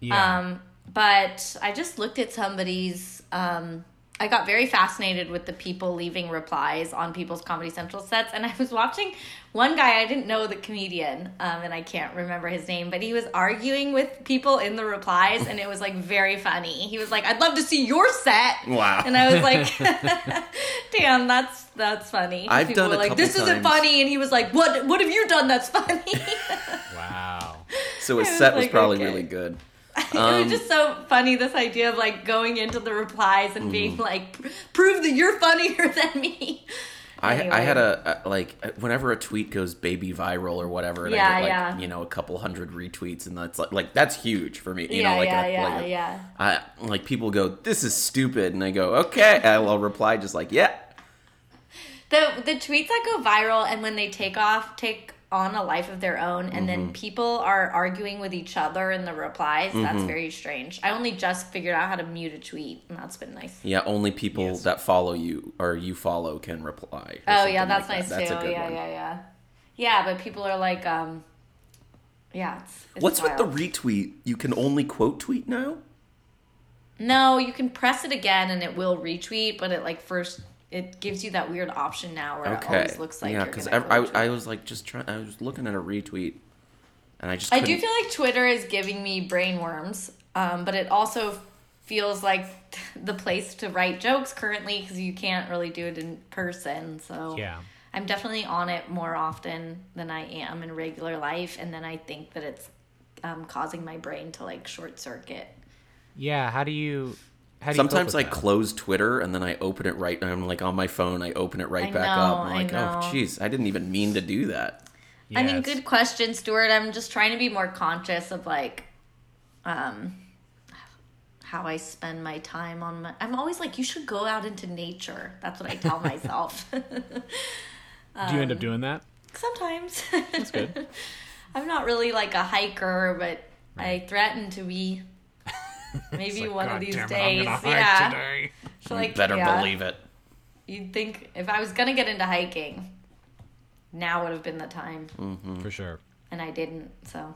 Yeah. Um, but I just looked at somebody's. Um, I got very fascinated with the people leaving replies on people's Comedy Central sets, and I was watching one guy I didn't know the comedian, um, and I can't remember his name, but he was arguing with people in the replies, and it was like very funny. He was like, "I'd love to see your set," Wow. and I was like, "Damn, that's that's funny." I've done were a like, couple "This isn't times. funny," and he was like, "What? What have you done that's funny?" Wow. So his I was set was like, probably okay. really good. Um, it was just so funny this idea of like going into the replies and being Mm. like, prove that you're funnier than me. I, I Anyway. had a, a like uh, whenever a tweet goes baby viral or whatever, and Yeah, I get like yeah. you know a couple hundred retweets, and that's like, like that's huge for me. You yeah, know, like yeah, a- yeah, like a- yeah. I like people go, this is stupid, and I go, okay, and I'll reply just like, yeah, The the tweets that go viral and when they take off take on a life of their own, and Mm-hmm. then people are arguing with each other in the replies. Mm-hmm. That's very strange. I only just figured out how to mute a tweet, and that's been nice. yeah. Only people that follow you or you follow can reply. or Oh something yeah, like that's that. nice That's too. a good yeah, one. yeah, yeah, yeah. But people are like, um, yeah. It's, it's What's wild. with the retweet? You can only quote tweet now. No, you can press it again and it will retweet, but it like first it gives you that weird option now where it always looks like yeah, because I, I, I was like just trying. I was looking at a retweet, and I just I couldn't, do feel like Twitter is giving me brain worms, um, but it also feels like the place to write jokes currently because you can't really do it in person. So Yeah. I'm definitely on it more often than I am in regular life, and then I think that it's um, causing my brain to like short circuit. Yeah. How do you? How do sometimes you I cope with that? close Twitter and then I open it right. I'm like on my phone. I open it right I back up. know, I'm I like, know. oh, geez, I didn't even mean to do that. I mean, Yes. good question, Stuart. I'm just trying to be more conscious of like, um, how I spend my time on my. I'm always like, you should go out into nature. That's what I tell myself. Do you um, end up doing that? Sometimes. That's good. I'm not really like a hiker, but I threaten to be. Maybe one of these days. yeah. So, like, Better yeah, believe it. You'd think if I was gonna get into hiking, now would have been the time, Mm. Mm-hmm. For sure. and I didn't. So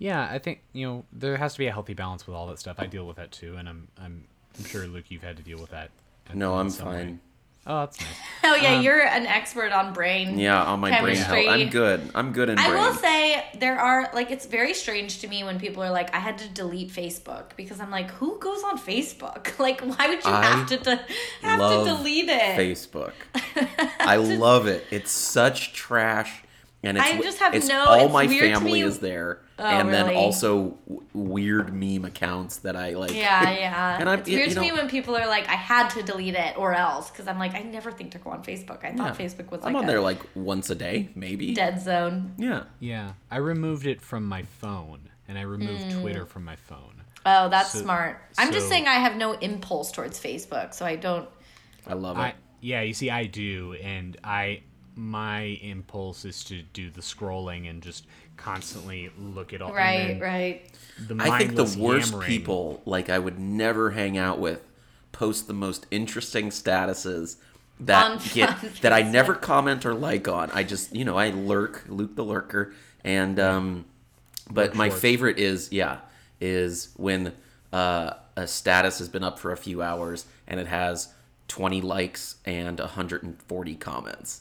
Yeah, I think you know there has to be a healthy balance with all that stuff. I deal with that too, and I'm I'm, I'm sure Luke, you've had to deal with that. at- No, I'm in some way. fine. Oh, that's nice. Oh Um, yeah, you're an expert on brain. Yeah, on my Chemistry. brain health. I'm good. I'm good in I brain. will say there are like it's very strange to me when people are like I had to delete Facebook because I'm like who goes on Facebook? Like why would you I have to de- have to love delete it? Facebook. I love it. It's such trash, and it's, I just have it's no- all it's my weird to family me- Oh, is there, and then really? also w- weird meme accounts that I like. Yeah, yeah. And I'm- it's you- weird you to me know- when people are like I had to delete it or else because I'm like I never think to go on Facebook. I thought Facebook was like I'm on a there like once a day, maybe. dead zone. Yeah. Yeah, I removed it from my phone, and I removed Mm. Twitter from my phone. Oh, that's So- smart. I'm just so- saying I have no impulse towards Facebook, so I don't. I love it. I yeah, you see, I do, and I my impulse is to do the scrolling and just constantly look at all. and Right, then right. The I think the mindless worst yammering- people, like I would never hang out with, post the most interesting statuses that On- get on that I never comment or like on. I just you know I lurk, Luke the lurker, and um, but my shorts. favorite is yeah is when uh, a status has been up for a few hours and it has twenty likes and hundred and forty comments.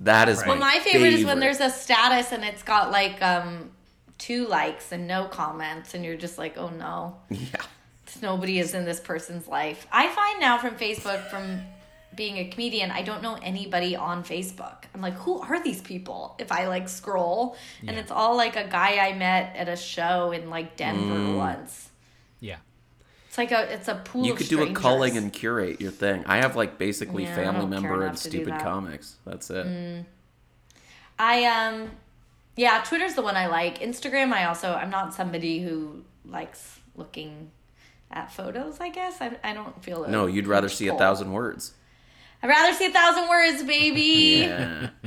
That is Right. my Well, My favorite is when there's a status and it's got like um two likes and no comments and you're just like, "Oh no. yeah. Nobody is in this person's life." I find now from Facebook from being a comedian, I don't know anybody on Facebook. I'm like, "Who are these people?" If I like scroll and it's all like a guy I met at a show in like Denver once. Yeah, It's like a it's a pool Mm. you of could do a strangers. culling and curate your thing. I have like basically Yeah, I family don't care member enough and to do stupid that. Mm. comics. That's it. I um yeah, Twitter's the one I like. Instagram I also I'm not somebody who likes looking at photos, I guess. I I don't feel a No, you'd rather see a pull. thousand words. I'd rather see a thousand words, baby.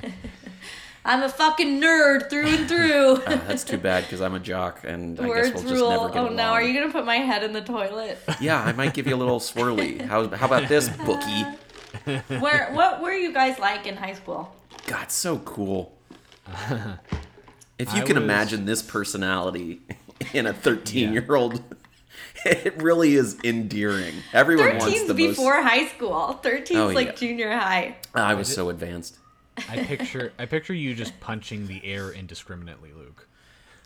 Yeah, I'm a fucking nerd through and through. that's too bad because I'm a jock, and Uh, I guess Words we'll just rule. never get oh along. no, are you gonna put my head in the toilet? Yeah, I might give you a little swirly. How how about this bookie? Where what were you guys like in high school? God, so cool. If you I can was- imagine this personality in a 13 year old, it really is endearing. Everyone wants Thirteen's the before high school. Thirteen's Oh, yeah. like junior high. most. I was so advanced. I picture I picture you just punching the air indiscriminately, Luke.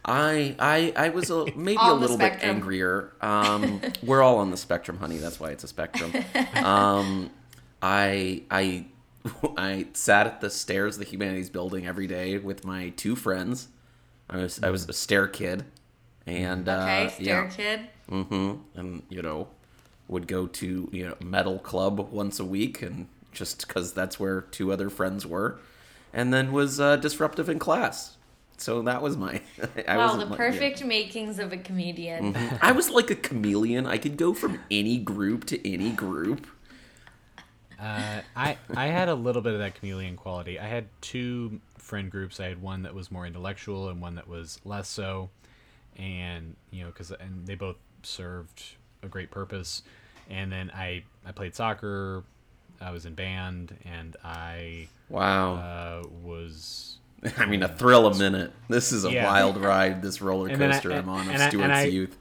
I I I was a, maybe a On the little bit spectrum. angrier. Um, we're all on the spectrum, honey. That's why it's a spectrum. Um, I I I sat at the stairs of the humanities building every day with my two friends. I was I was a stair kid, and Mm. Okay, uh, stair yeah, kid. hmm and you know would go to you know metal club once a week, and just because that's where two other friends were, and then was uh, disruptive in class. So that was my. I Wow, wasn't Oh, like- yeah. the Mm-hmm. perfect makings of a comedian. I was like a chameleon. I could go from any group to any group. Uh, I I had a little bit of that chameleon quality. I had two friend groups. I had one that was more intellectual and one that was less so, and you know, cause and they both served a great purpose. And then I I played soccer. I was in band, and I Wow. uh, was. I mean, a thrill a minute. This is a Uh, Yeah. wild ride, this roller And then I- coaster I, am on of and I- and Stuart's I- youth.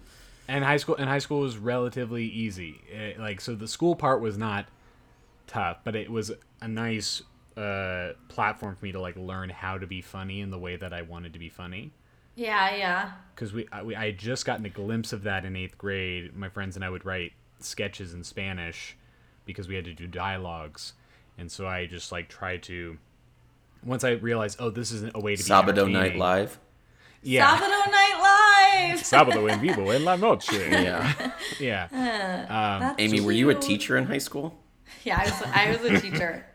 And high school and high school was relatively easy. Eh, like so, the school part was not tough, but it was a nice uh, platform for me to like learn how to be funny in the way that I wanted to be funny. Yeah, yeah. because we, I- we I had just gotten a glimpse of that in eighth grade. My friends and I would write sketches in Spanish because we had to do dialogues, and so I just like tried to. Once I realized, oh, this isn't a way to be Sabado Night entertaining. Live. Yeah, Sabado Night Live. Sabado en vivo en la noche. Yeah. yeah, That's Amy, were you a cute. teacher in high school? Yeah, I was, I was a teacher.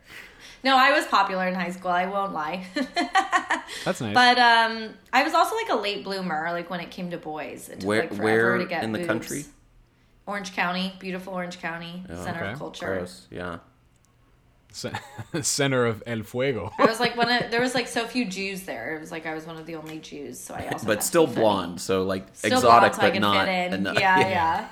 No, I was popular in high school. I won't lie. that's nice. but um, I was also like a late bloomer. Like when it came to boys, it took Where like forever where to get in the boobs. country? Oh, Orange County, beautiful Orange County, center okay. of culture. Gross. Yeah. C- Center of El Fuego. I was like one of there was like so few Jews there. It was like I was one of the only Jews, so I also had But to still fit in. blonde, so like Still exotic, blonde, so I but could not, fit in. and not- yeah, yeah,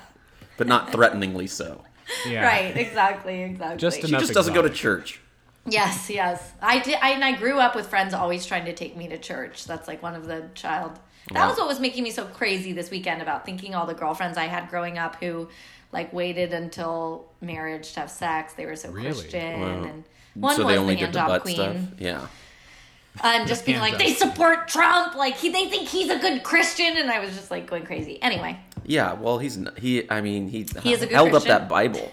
but not threateningly so. Yeah. Right, exactly, exactly. Just She Enough just doesn't go to exotic. church. Yes, yes. I did, I, and I grew up with friends always trying to take me to church. That's like one of the child. That Wow. was what was making me so crazy this weekend about thinking all the girlfriends I had growing up who, like, waited until marriage to have sex. They were so Really? Christian, Wow. and one so was they only the did the handjob butt queen, Uh, stuff. Yeah. and just being hand like, job. they support Trump, like he, they think he's a good Christian, and I was just like going crazy. Anyway, Yeah, well, he's n- he. I mean, he, is a good held Christian. up that Bible.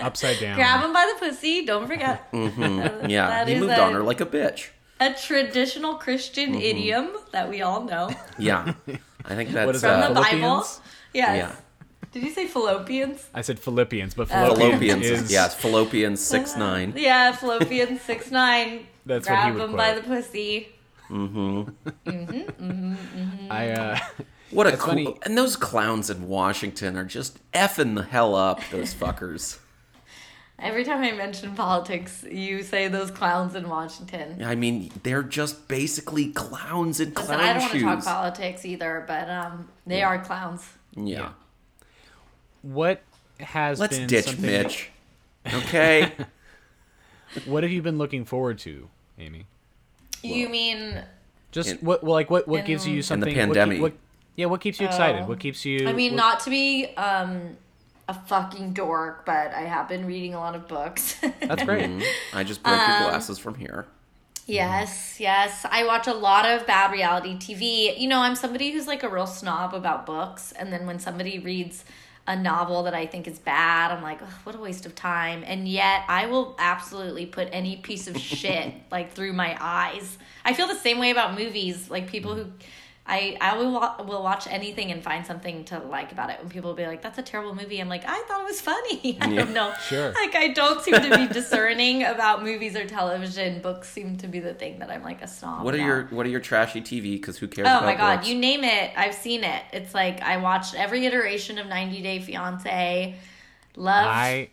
Upside down. grab him by the pussy. Don't forget. Mm-hmm. Yeah, That he is moved a- on Mm-hmm. her like a bitch. a traditional Christian idiom that we all know Yeah, I think that's is from that? uh, the Bible. Philippians? Yes. yeah. Did you say Fallopians? I said Philippians, but Uh, Philippians, Philippians, is yes, Philippians six nine. Yeah, Fallopians six nine. That's what he Grab would him by the quote. pussy. I uh, What a That's cool! funny. And those clowns in Washington are just effing the hell up. Those fuckers. Every time I mention politics, you say those clowns in Washington. I mean, they're just basically clowns in Listen, clown I don't want shoes. to talk politics either, but um, they are clowns. yeah. what has let's been ditch something- Mitch. Okay. What have you been looking forward to, Amy? You mean? Just In- what, well, like what, what gives you something? what keep- pandemic. What, yeah, what keeps you excited? Oh. What keeps you? I mean, what- not to be um, a fucking dork, but I have been reading a lot of books. That's great. Mm-hmm. I just broke Um, your glasses from here. Yes, yes. I watch a lot of bad reality TV. You know, I'm somebody who's like a real snob about books. And then when somebody reads a novel that I think is bad, I'm like, "Ugh, what a waste of time. And yet I will absolutely put any piece of shit like through my eyes. I feel the same way about movies. Like people who. I, I will, wa- will watch anything and find something to like about it. And people will be like, that's a terrible movie. I'm like, I thought it was funny. I don't know. Sure. Like, I don't seem to be discerning about movies or television. Books seem to be the thing that I'm like a snob. What are about. your What are your trashy TV? Because who cares? Oh about my god, books? you name it, I've seen it. It's like I watched every iteration of 90 Day Fiance, Love I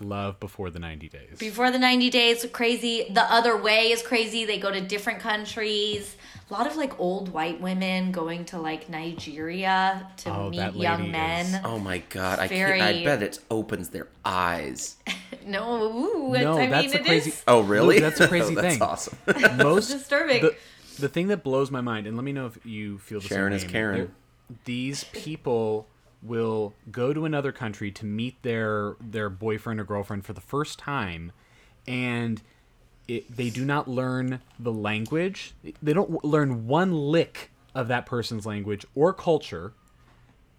love before the ninety days. Before the 90 Days, crazy. The Other Way is crazy. They go to different countries. A lot of like old white women going to like Nigeria to Oh, meet that lady young is- men. Oh my god! I Very- can't, I bet it opens their eyes. No, ooh, it's, No, I that's mean the it crazy- is Oh really? Look, that's a crazy that's thing. awesome. Most disturbing. the, the thing that blows my mind, and let me know if you feel the Sharon same. is Amy, Karen. they're- These people will go to another country to meet their their boyfriend or girlfriend for the first time, and it, they do not learn the language. They don't w- learn one lick of that person's language or culture.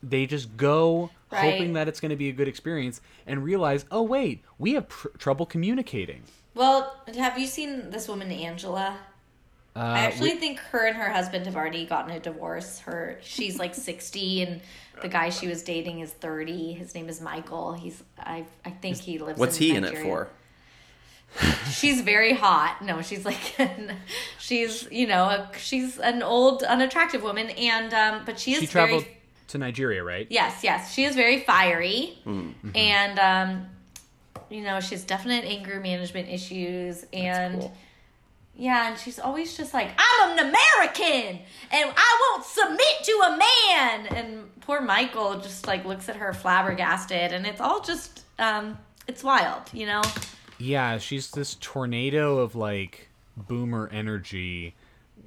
They just go Right. hoping that it's going to be a good experience and realize, oh wait, we have pr- trouble communicating. Well, have you seen this woman Angela? I actually think her and her husband have already gotten a divorce. Her she's like 60 and the guy she was dating is 30. His name is Michael. He's I I think he lives What's in he in it Nigeria. for? She's very hot. No, she's like she's, you know, a, she's an old unattractive woman and um but she is She traveled very to Nigeria, right? Yes, yes. She is very fiery. Mm-hmm. And, um, you know, she's definite anger management issues. And, cool. yeah, and she's always just like, I'm an American and I won't submit to a man. And poor Michael just like looks at her flabbergasted. And it's all just, um, it's wild, you know? Yeah, she's this tornado of like boomer energy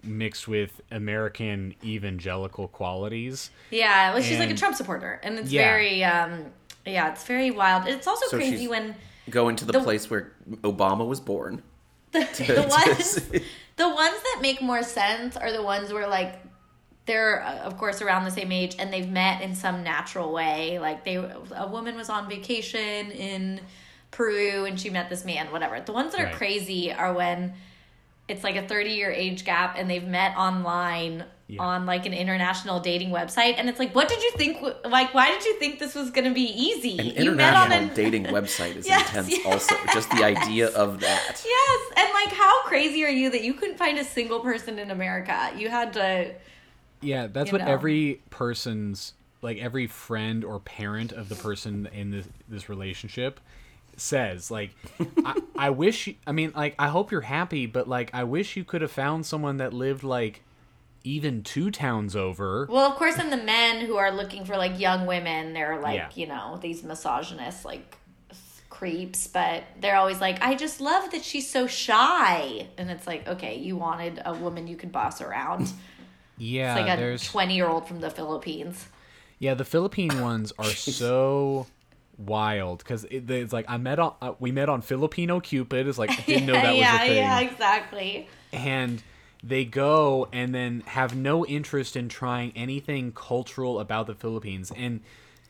mixed with American evangelical qualities. Yeah, well, she's like a And- Trump supporter. And it's Yeah. very, um, yeah, it's very wild. It's also So crazy she's- when. Going to the, The- place where Obama was born. the, the ones the ones that make more sense are the ones where like they're uh, of course around the same age and they've met in some natural way like they a woman was on vacation in peru and she met this man whatever the ones that are Right. crazy are when it's like a 30 year age gap and they've met online Yeah. on like an international dating website and it's like what did you think w- like why did you think this was going to be easy An you met on international an- dating website is Yes, intense. yes. Also, just the idea of that. Yes, and like how crazy are you that you couldn't find a single person in America? You had to Yeah, that's You what know. every person's like every friend or parent of the person in this this relationship says. Like, I, I wish. I mean, like, I hope you're happy, but like, I wish you could have found someone that lived like even two towns over. Well, of course, and the men who are looking for like young women, they're like, Yeah. you know, these misogynist like creeps, but they're always like, I just love that she's so shy. And it's like, okay, you wanted a woman you could boss around. Yeah, Like a there's 20 year old from the Philippines. yeah. The Philippine ones are so wild because it, it's like I met on uh, we met on Filipino Cupid. It's like I didn't know that yeah, was a thing. yeah, exactly. and they go and then have no interest in trying anything cultural about the Philippines. And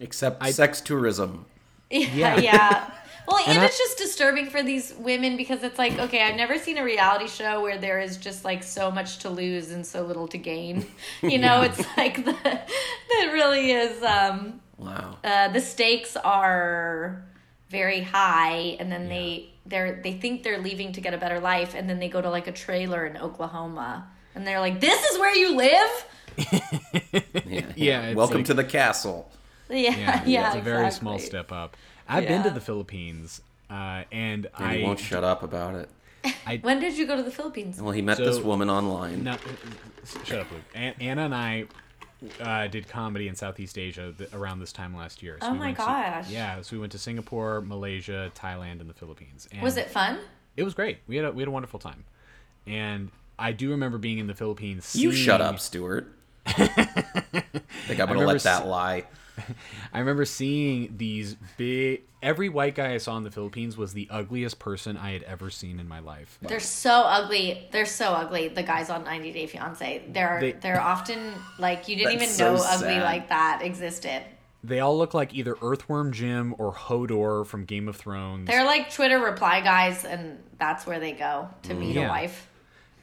Except sex tourism. Yeah, yeah. Yeah. Well, and, And I- it's just disturbing for these women because it's like, okay, I've never seen a reality show where there is just like so much to lose and so little to gain. You know, it's like the that really is um Wow. uh the stakes are very high and then they they're they think they're leaving to get a better life and then they go to like a trailer in Oklahoma and they're like, This is where you live? Yeah. Yeah, it's Welcome like- to the castle. Yeah, yeah. it's a very exactly. small step up. I've been to Yeah. the Philippines, uh, and, And I he won't shut up about it. When did you go to the Philippines? Well, he met this So- woman online. no, uh, shut up, Luke. An- Anna and I uh, did comedy in Southeast Asia th- around this time last year. So Oh we my went to- gosh. yeah, so we went to Singapore, Malaysia, Thailand, and the Philippines. And Was it fun? It was great. We had a, we had a wonderful time, and I do remember being in the Philippines. You shut seeing- up, Stuart. Think I'm gonna remember let that se- lie. I remember seeing these big. Every white guy I saw in the Philippines was the ugliest person I had ever seen in my life. They're so ugly. They're so ugly. The guys on 90 Day Fiance. They're They- they're often like you didn't even That's so know ugly sad. like that existed. They all look like either Earthworm Jim or Hodor from Game of Thrones. They're like Twitter reply guys, and that's where they go to Mm, meet a Yeah. wife.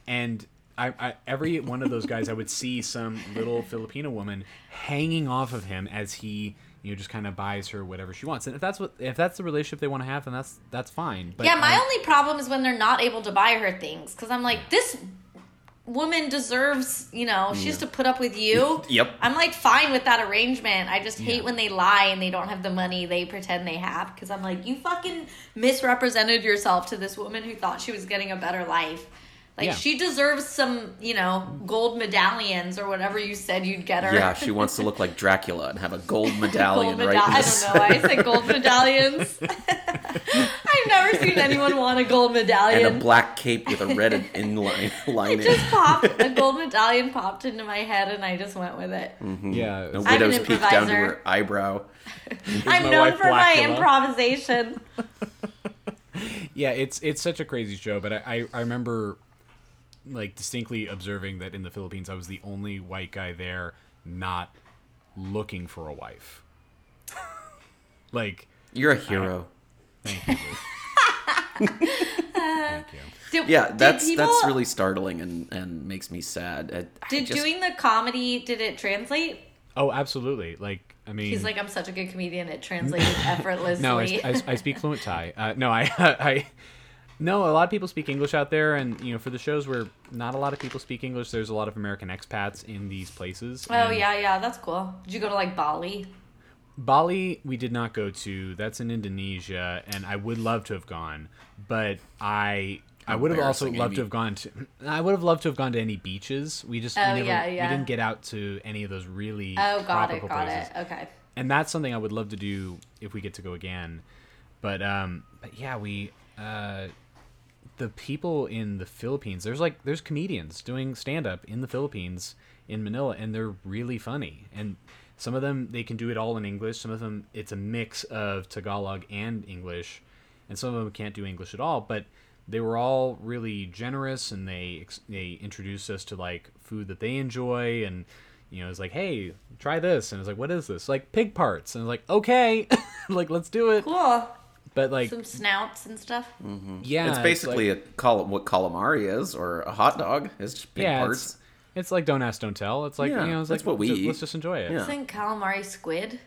and I, I, every one of those guys, I would see some little Filipino woman hanging off of him as he, you know, just kind of buys her whatever she wants. And if that's what, if that's the relationship they want to have, then that's that's fine. But yeah, my I- only problem is when they're not able to buy her things because I'm like this woman deserves you know she Mm. has to put up with you Yep. i'm like fine with that arrangement i just hate Yeah. when they lie and they don't have the money they pretend they have because i'm like you fucking misrepresented yourself to this woman who thought she was getting a better life like Yeah. she deserves some you know gold medallions or whatever you said you'd get her Yeah, she wants to look like Dracula and have a gold medallion gold right medallion in i the don't know why i center. said gold medallions i've never seen anyone want a gold medallion and a black cape with a red inline It lining. just popped. A gold medallion popped into my head, and I just went with it. Mm-hmm. yeah, A it's- an widow's peak down to improviser. her eyebrow. I'm my known wife, for my Blackula. improvisation. yeah, it's it's such a crazy show. But I, I, I remember like distinctly observing that in the Philippines, I was the only white guy there not looking for a wife. like, You're a hero. thank you. Luke. thank you. Did, Yeah, did that's people- that's really startling and, and makes me sad. I- I, Did just- doing the comedy did it translate? Oh, absolutely. Like, I mean, He's like, I'm such a good comedian. It translated effortlessly. Mm. No, I, I, I speak fluent Thai. Uh, no, I, I, no. A lot of people speak English out there, and you know, for the shows where not a lot of people speak English, there's a lot of American expats in these places. oh and yeah, yeah, that's cool. Did you go to like Bali? Bali, we did not go to. That's in Indonesia, and I would love to have gone, but I. I would have also Embarrassing, loved Amy. to have gone to. I would have loved to have gone to any beaches. We just Oh, we never, yeah, yeah. we didn't get out to any of those really Oh, got it, tropical got places. it. Okay. and that's something I would love to do if we get to go again. But um, but yeah, we uh, the people in the Philippines. There's like there's comedians doing stand up in the Philippines in Manila, and they're really funny. And some of them they can do it all in English. Some of them it's a mix of Tagalog and English, and some of them can't do English at all. But they were all really generous and they ex- they introduced us to like food that they enjoy and you know it's like hey try this and it's like what is this like pig parts and it's like okay like let's do it Cool. but like Some snouts and stuff. Mm. yeah It's basically a column what calamari is or a hot dog. It's just big yeah parts. it's, it's like don't ask don't tell it's like Yeah, you know it's that's like what we ju- let's eat. just enjoy it Yeah. Isn't calamari squid?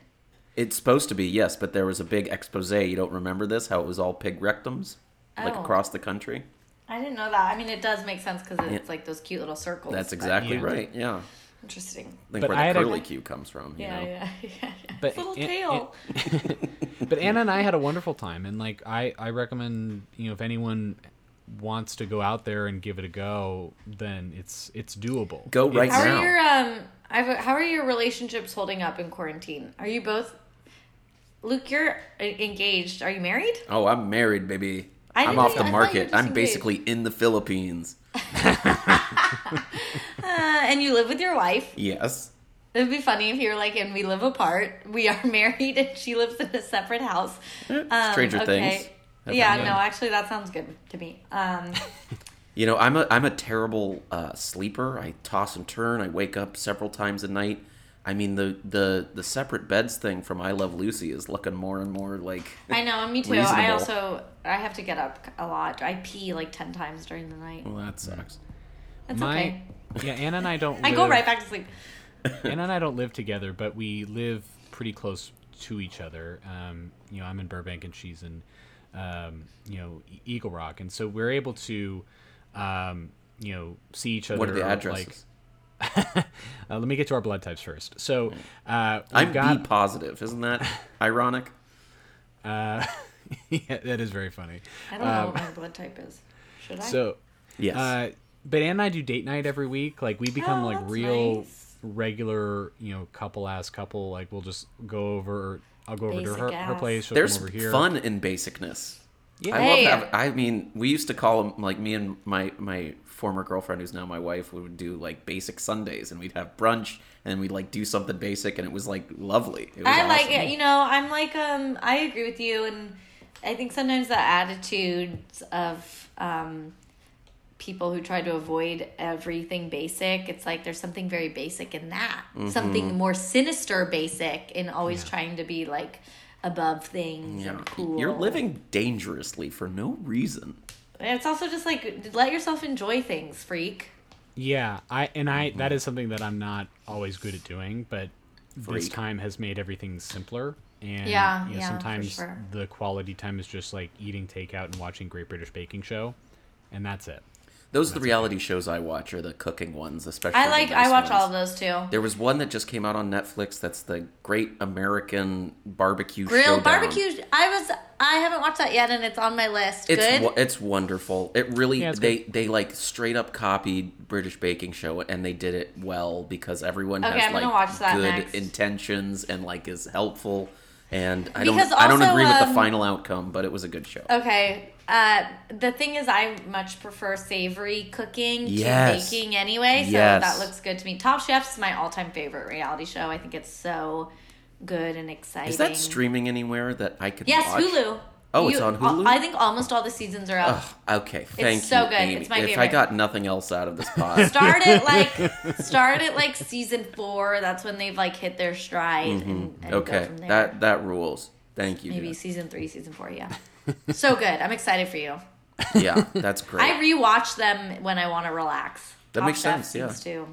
It's supposed to be, yes, but there was a big expose. You don't remember this? How it was all pig rectums, like Oh. across the country? I didn't know that. I mean, it does make sense because it's like those cute little circles. That's but- exactly Yeah. right, yeah. I Interesting. think But where I the had a- curly Q comes from, you Yeah, know? yeah, yeah. yeah. But little it- it- tail. but Anna and I had a wonderful time, and like I, I recommend you know if anyone wants to go out there and give it a go, then it's it's doable. Go right It's- how now. are your um? I've, how are your relationships holding up in quarantine? Are you both? Luke, you're e- engaged. Are you married? Oh, I'm married, baby. I I'm didn't off the know- I thought you were market. just I'm engaged. basically in the Philippines. Uh, and you live with your wife. Yes. It would be funny if you were like, and we live apart. We are married, and she lives in a separate house. Um, Stranger Things. Have Yeah, that. no, actually, that sounds good to me. Um, You know, I'm a I'm a terrible uh, sleeper. I toss and turn. I wake up several times a night. I mean, the the the separate beds thing from I Love Lucy is looking more and more like I know, me too. I Reasonable. also I have to get up a lot. I pee like ten times during the night. well, that sucks. That's My okay. yeah, Anna and I don't. Live, I go right back to sleep. Anna and I don't live together, but we live pretty close to each other. Um, you know, I'm in Burbank and she's in, um, you know, E- Eagle Rock, and so we're able to, um, you know, see each other. What are the or, addresses? Like, uh, let me get to our blood types first. So uh, we've Mm. I'm got B positive. Isn't that ironic? Uh, yeah, that is very funny. I don't know what my blood type is. Should I? So, Yes. uh, but Anne and I do date night every week. Like we become Oh, like that's real nice. regular, you know, couple ass couple. Like we'll just go over. I'll go over Basic to her, her ass. place. She'll There's come over here. fun in basicness. Yeah. I Hey. love having. I mean, we used to call them like me and my my former girlfriend, who's now my wife, we would do like basic Sundays, and we'd have brunch, and we'd like do something basic, and it was like lovely. It was I like awesome. it. You know, I'm like um I agree with you and I think sometimes the attitudes of um people who try to avoid everything basic, it's like there's something very basic in that. Mm-hmm. Something more sinister basic in always trying to be like above things Yeah. and cool. You're living dangerously for no reason. It's also just like let yourself enjoy things, freak. Yeah, I and Mm-hmm. I that is something that I'm not always good at doing, but this Freak. time has made everything simpler. And Yeah, you know, yeah, for sometimes sure. the quality time is just like eating takeout and watching Great British Baking Show, and that's it. Those are the reality shows I watch, are the cooking ones, especially. I the like I nice watch ones. all of those too. There was one that just came out on Netflix. That's the Great American Barbecue Grill Showdown. barbecue. I was I haven't watched that yet and it's on my list. It's Good. wo- it's wonderful. It really Yeah, it's they they like straight up copied British Baking Show and they did it well because everyone Okay, has I'm like gonna watch that good next. intentions and like is helpful. And I don't Because I don't also, agree with the um, final outcome, but it was a good show. Okay. Uh, the thing is, I much prefer savory cooking Yes. to baking anyway, so Yes. that looks good to me. Top Chef's my all-time favorite reality show. I think it's so good and exciting. is that streaming anywhere that I could? Yes, watch? Hulu. Oh, it's on Hulu? I think almost all the seasons are up. Ugh, okay, thank so you, good. Amy. It's my if I favorite. got nothing else out of this pod, Start at like start at like season four. That's when they've like hit their stride. And, and go Mm-hmm. okay, from there. that that rules. Thank you. maybe dude. season three, season four. Yeah, so good. I'm excited for you. Yeah, that's great. I rewatch them when I want to relax. That Top makes Chef sense, yeah. seems to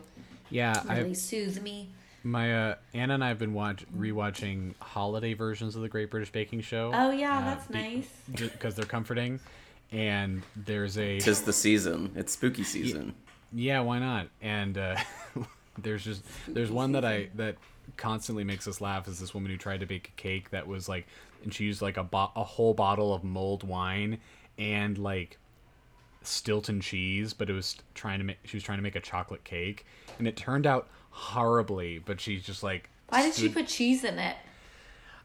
Yeah, really I, soothe me. My uh, Anna and I have been watch rewatching holiday versions of the Great British Baking Show. uh, Oh yeah, that's nice. because they're comforting. And there's a Tis the season. It's spooky season. yeah, why not? And uh, there's just there's one that I that constantly makes us laugh is this woman who tried to bake a cake that was like and she used like a bo- a whole bottle of mulled wine and like Stilton cheese, but it was trying to make she was trying to make a chocolate cake and it turned out horribly. But she's just like Why did she stood- put cheese in it?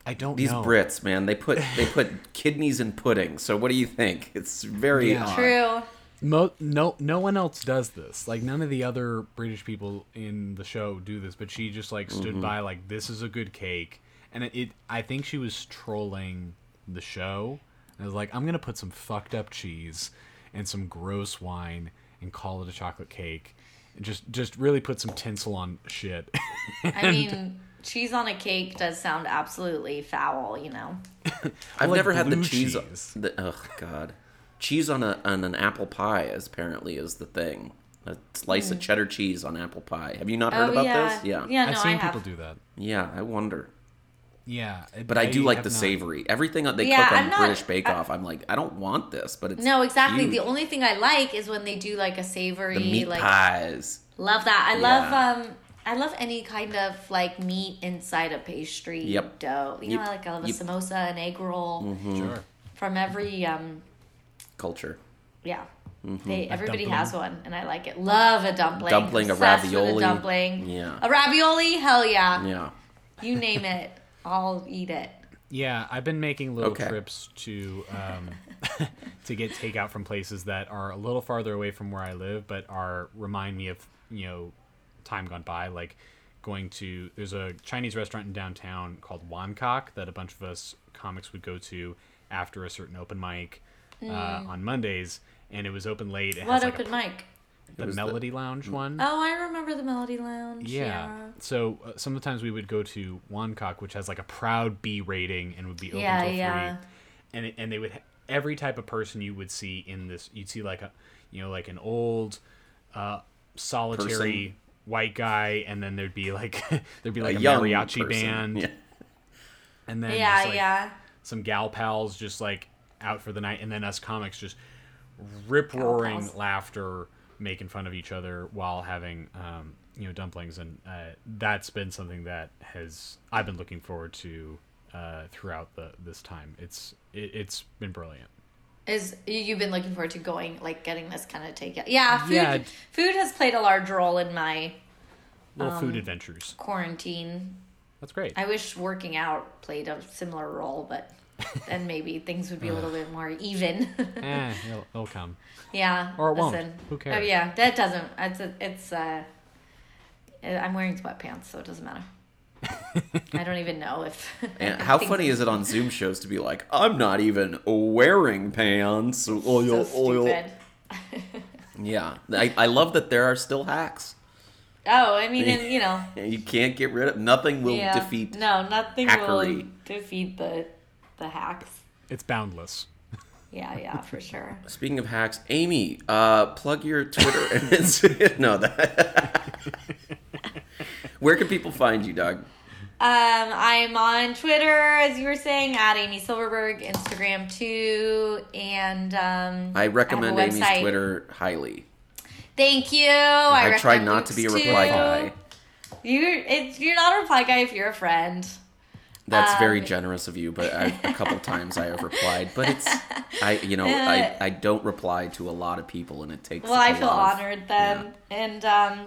I don't These know. Brits, man, they put they put kidneys in pudding. So what do you think? It's very Yeah. odd. True. Mo- no, no one else does this. Like none of the other British people in the show do this. But she just like Mm-hmm. stood by, like this is a good cake, and it. it I think she was trolling the show. And I was like, I'm gonna put some fucked up cheese and some gross wine and call it a chocolate cake. Just just really put some tinsel on shit. I mean, cheese on a cake does sound absolutely foul, you know. I've like never had the blue cheese. cheese. The, oh God, cheese on a on an apple pie is apparently is the thing. A slice of cheddar cheese on apple pie. Have you not heard about Mm. Oh, yeah. this? Yeah. Yeah, no, I've seen I have. people do that. Yeah, I wonder. Yeah, But I, do like have the not- savory. Everything that they Yeah, cook on I'm not- British Bake Off, I'm like, I don't want this, but it's No, exactly. The huge. only thing I like is when they do like a savory, the meat like pies. love that. I Yeah. love um, I love any kind of like meat inside a pastry Yep. dough. You Yep. know, like I love a Yep. Mm-hmm. samosa, an egg roll Sure. from every um, culture. yeah. Mm-hmm. They everybody has one, and I like it. Love a dumpling. Dumpling, a Obsessed with ravioli. dumpling. Yeah. A ravioli, hell yeah. Yeah. You name it, I'll eat it. Yeah, I've been making little Okay. trips to um, to get takeout from places that are a little farther away from where I live, but are remind me of you know time gone by. Like going to there's a Chinese restaurant in downtown called Wancock that a bunch of us comics would go to after a certain open mic uh, on Mondays, and it was open late. It Mm. What has, like, a- open mic? the was the- Melody Lounge one. Oh, I remember the Melody Lounge. Yeah. yeah. So uh, sometimes we would go to Wancock, which has like a proud B rating and would be open Yeah, till yeah. three. And it- and they would ha- every type of person you would see in this you'd see like a you know like an old uh, solitary Person. white guy, and then there'd be like there'd be like a, young mariachi person. band, Yeah. and then Yeah, just, like, yeah. some gal pals just like out for the night, and then us comics just rip roaring pals. laughter, making fun of each other while having um, you know dumplings, and uh, that's been something that has I've been looking forward to uh, throughout the this time. It's it, it's been brilliant. Is you- you've been looking forward to going like getting this kind of takeout? Yeah, food. Yeah. Food has played a large role in my Little food adventures. quarantine. That's great. Um, I wish working out played a similar role, but then maybe things would be a little bit more even. eh, it'll, it'll come. yeah. Or it won't. Who Oh cares? yeah, that doesn't. It's a, it's. Uh, I'm wearing sweatpants, so it doesn't matter. I don't even know if. And how things- funny is it on Zoom shows to be like, I'm not even wearing pants. Oil, so oil. stupid. Yeah. I, I love that there are still hacks. Oh, I mean, and, you know. You can't get rid of nothing will yeah. defeat No, nothing will hackery. defeat the the hacks. It's boundless. Yeah, yeah, for sure. Speaking of hacks, Amy, uh, plug your Twitter and Instagram. No, that. Where can people find you, Doug? Um, I'm on Twitter, as you were saying, at Amy Silverberg, Instagram too, and um, I recommend have a Amy's website. Twitter highly. Thank you. I, try recommend not to be a Luke's, reply too. guy. You're it's, you're not a reply guy if you're a friend. That's very Um, generous of you, but I, a couple times I have replied. But it's, I you know, I, I don't reply to a lot of people, and it takes. Uh, Well, I I feel honored then, and um,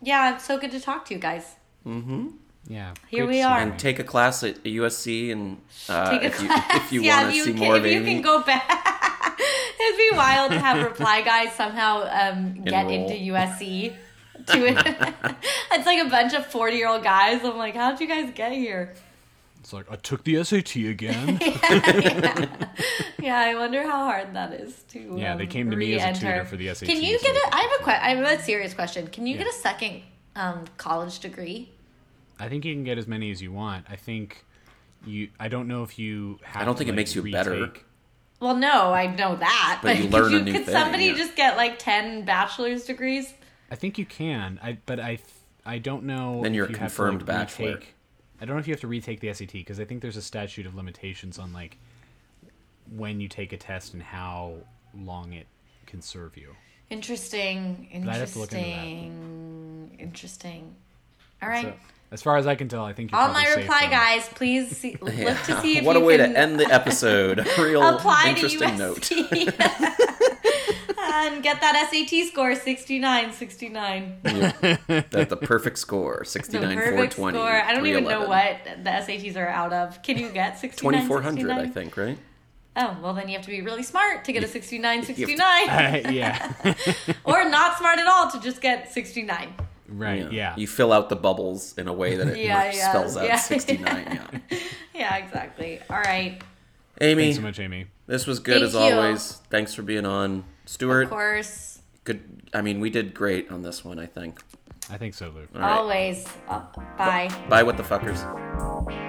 yeah, it's so good to talk to you guys. Yeah. great Here we to see are. you. and take a class at USC, and uh, Take a if, class. You, if you yeah, want if to you see can, more if of you Amy, can go back. It'd be wild to have reply guys somehow um, get Enroll. into USC. To it. it's like a bunch of forty-year-old guys. I'm like, how did you guys get here? It's like I took the SAT again. Yeah, I wonder how hard that is to. Yeah, they um, came to me as a tutor re-enter. for the SATs, Can you so get they a? I have a que- I have a serious question. Can you Yeah. get a second um, college degree? I think you can get as many as you want. I think you. I don't know if you. Have I don't to, think it like, makes you better. retake- Well, no, I know that. But you learn a new could thing, somebody yeah. just get like ten bachelor's degrees? I think you can. I but I th- I don't know. Then if you're a you have to, confirmed like, bachelor. retake- I don't know if you have to retake the SAT because I think there's a statute of limitations on like when you take a test and how long it can serve you. Interesting. Interesting. I'd have to look into that. Interesting. All right. So, as far as I can tell, I think you're All probably my safe reply from- guys, please see, look to see if what a you way can to end the episode. Real apply interesting to note. USC and get that SAT score 69, 69. That's the perfect score. The 69, perfect 420. score. I don't even know 311. what the SATs are out of. Can you get 69, 2400, 69? I think, right? Oh, well, then you have to be really smart to get a 69, to- 69. yeah. or not smart at all to just get 69. right. Yeah. You fill out the bubbles in a way that it Yeah, yeah, spells out yeah. 69. Yeah. Yeah, exactly. All right. Amy, Thanks so much, Amy. this was good Thank as you. always. Thanks for being on, Of Stuart. course, Good. I mean, we did great on this one. I think. I think so, Lou. All right. always. Uh, bye. Bye, what the fuckers. Bye.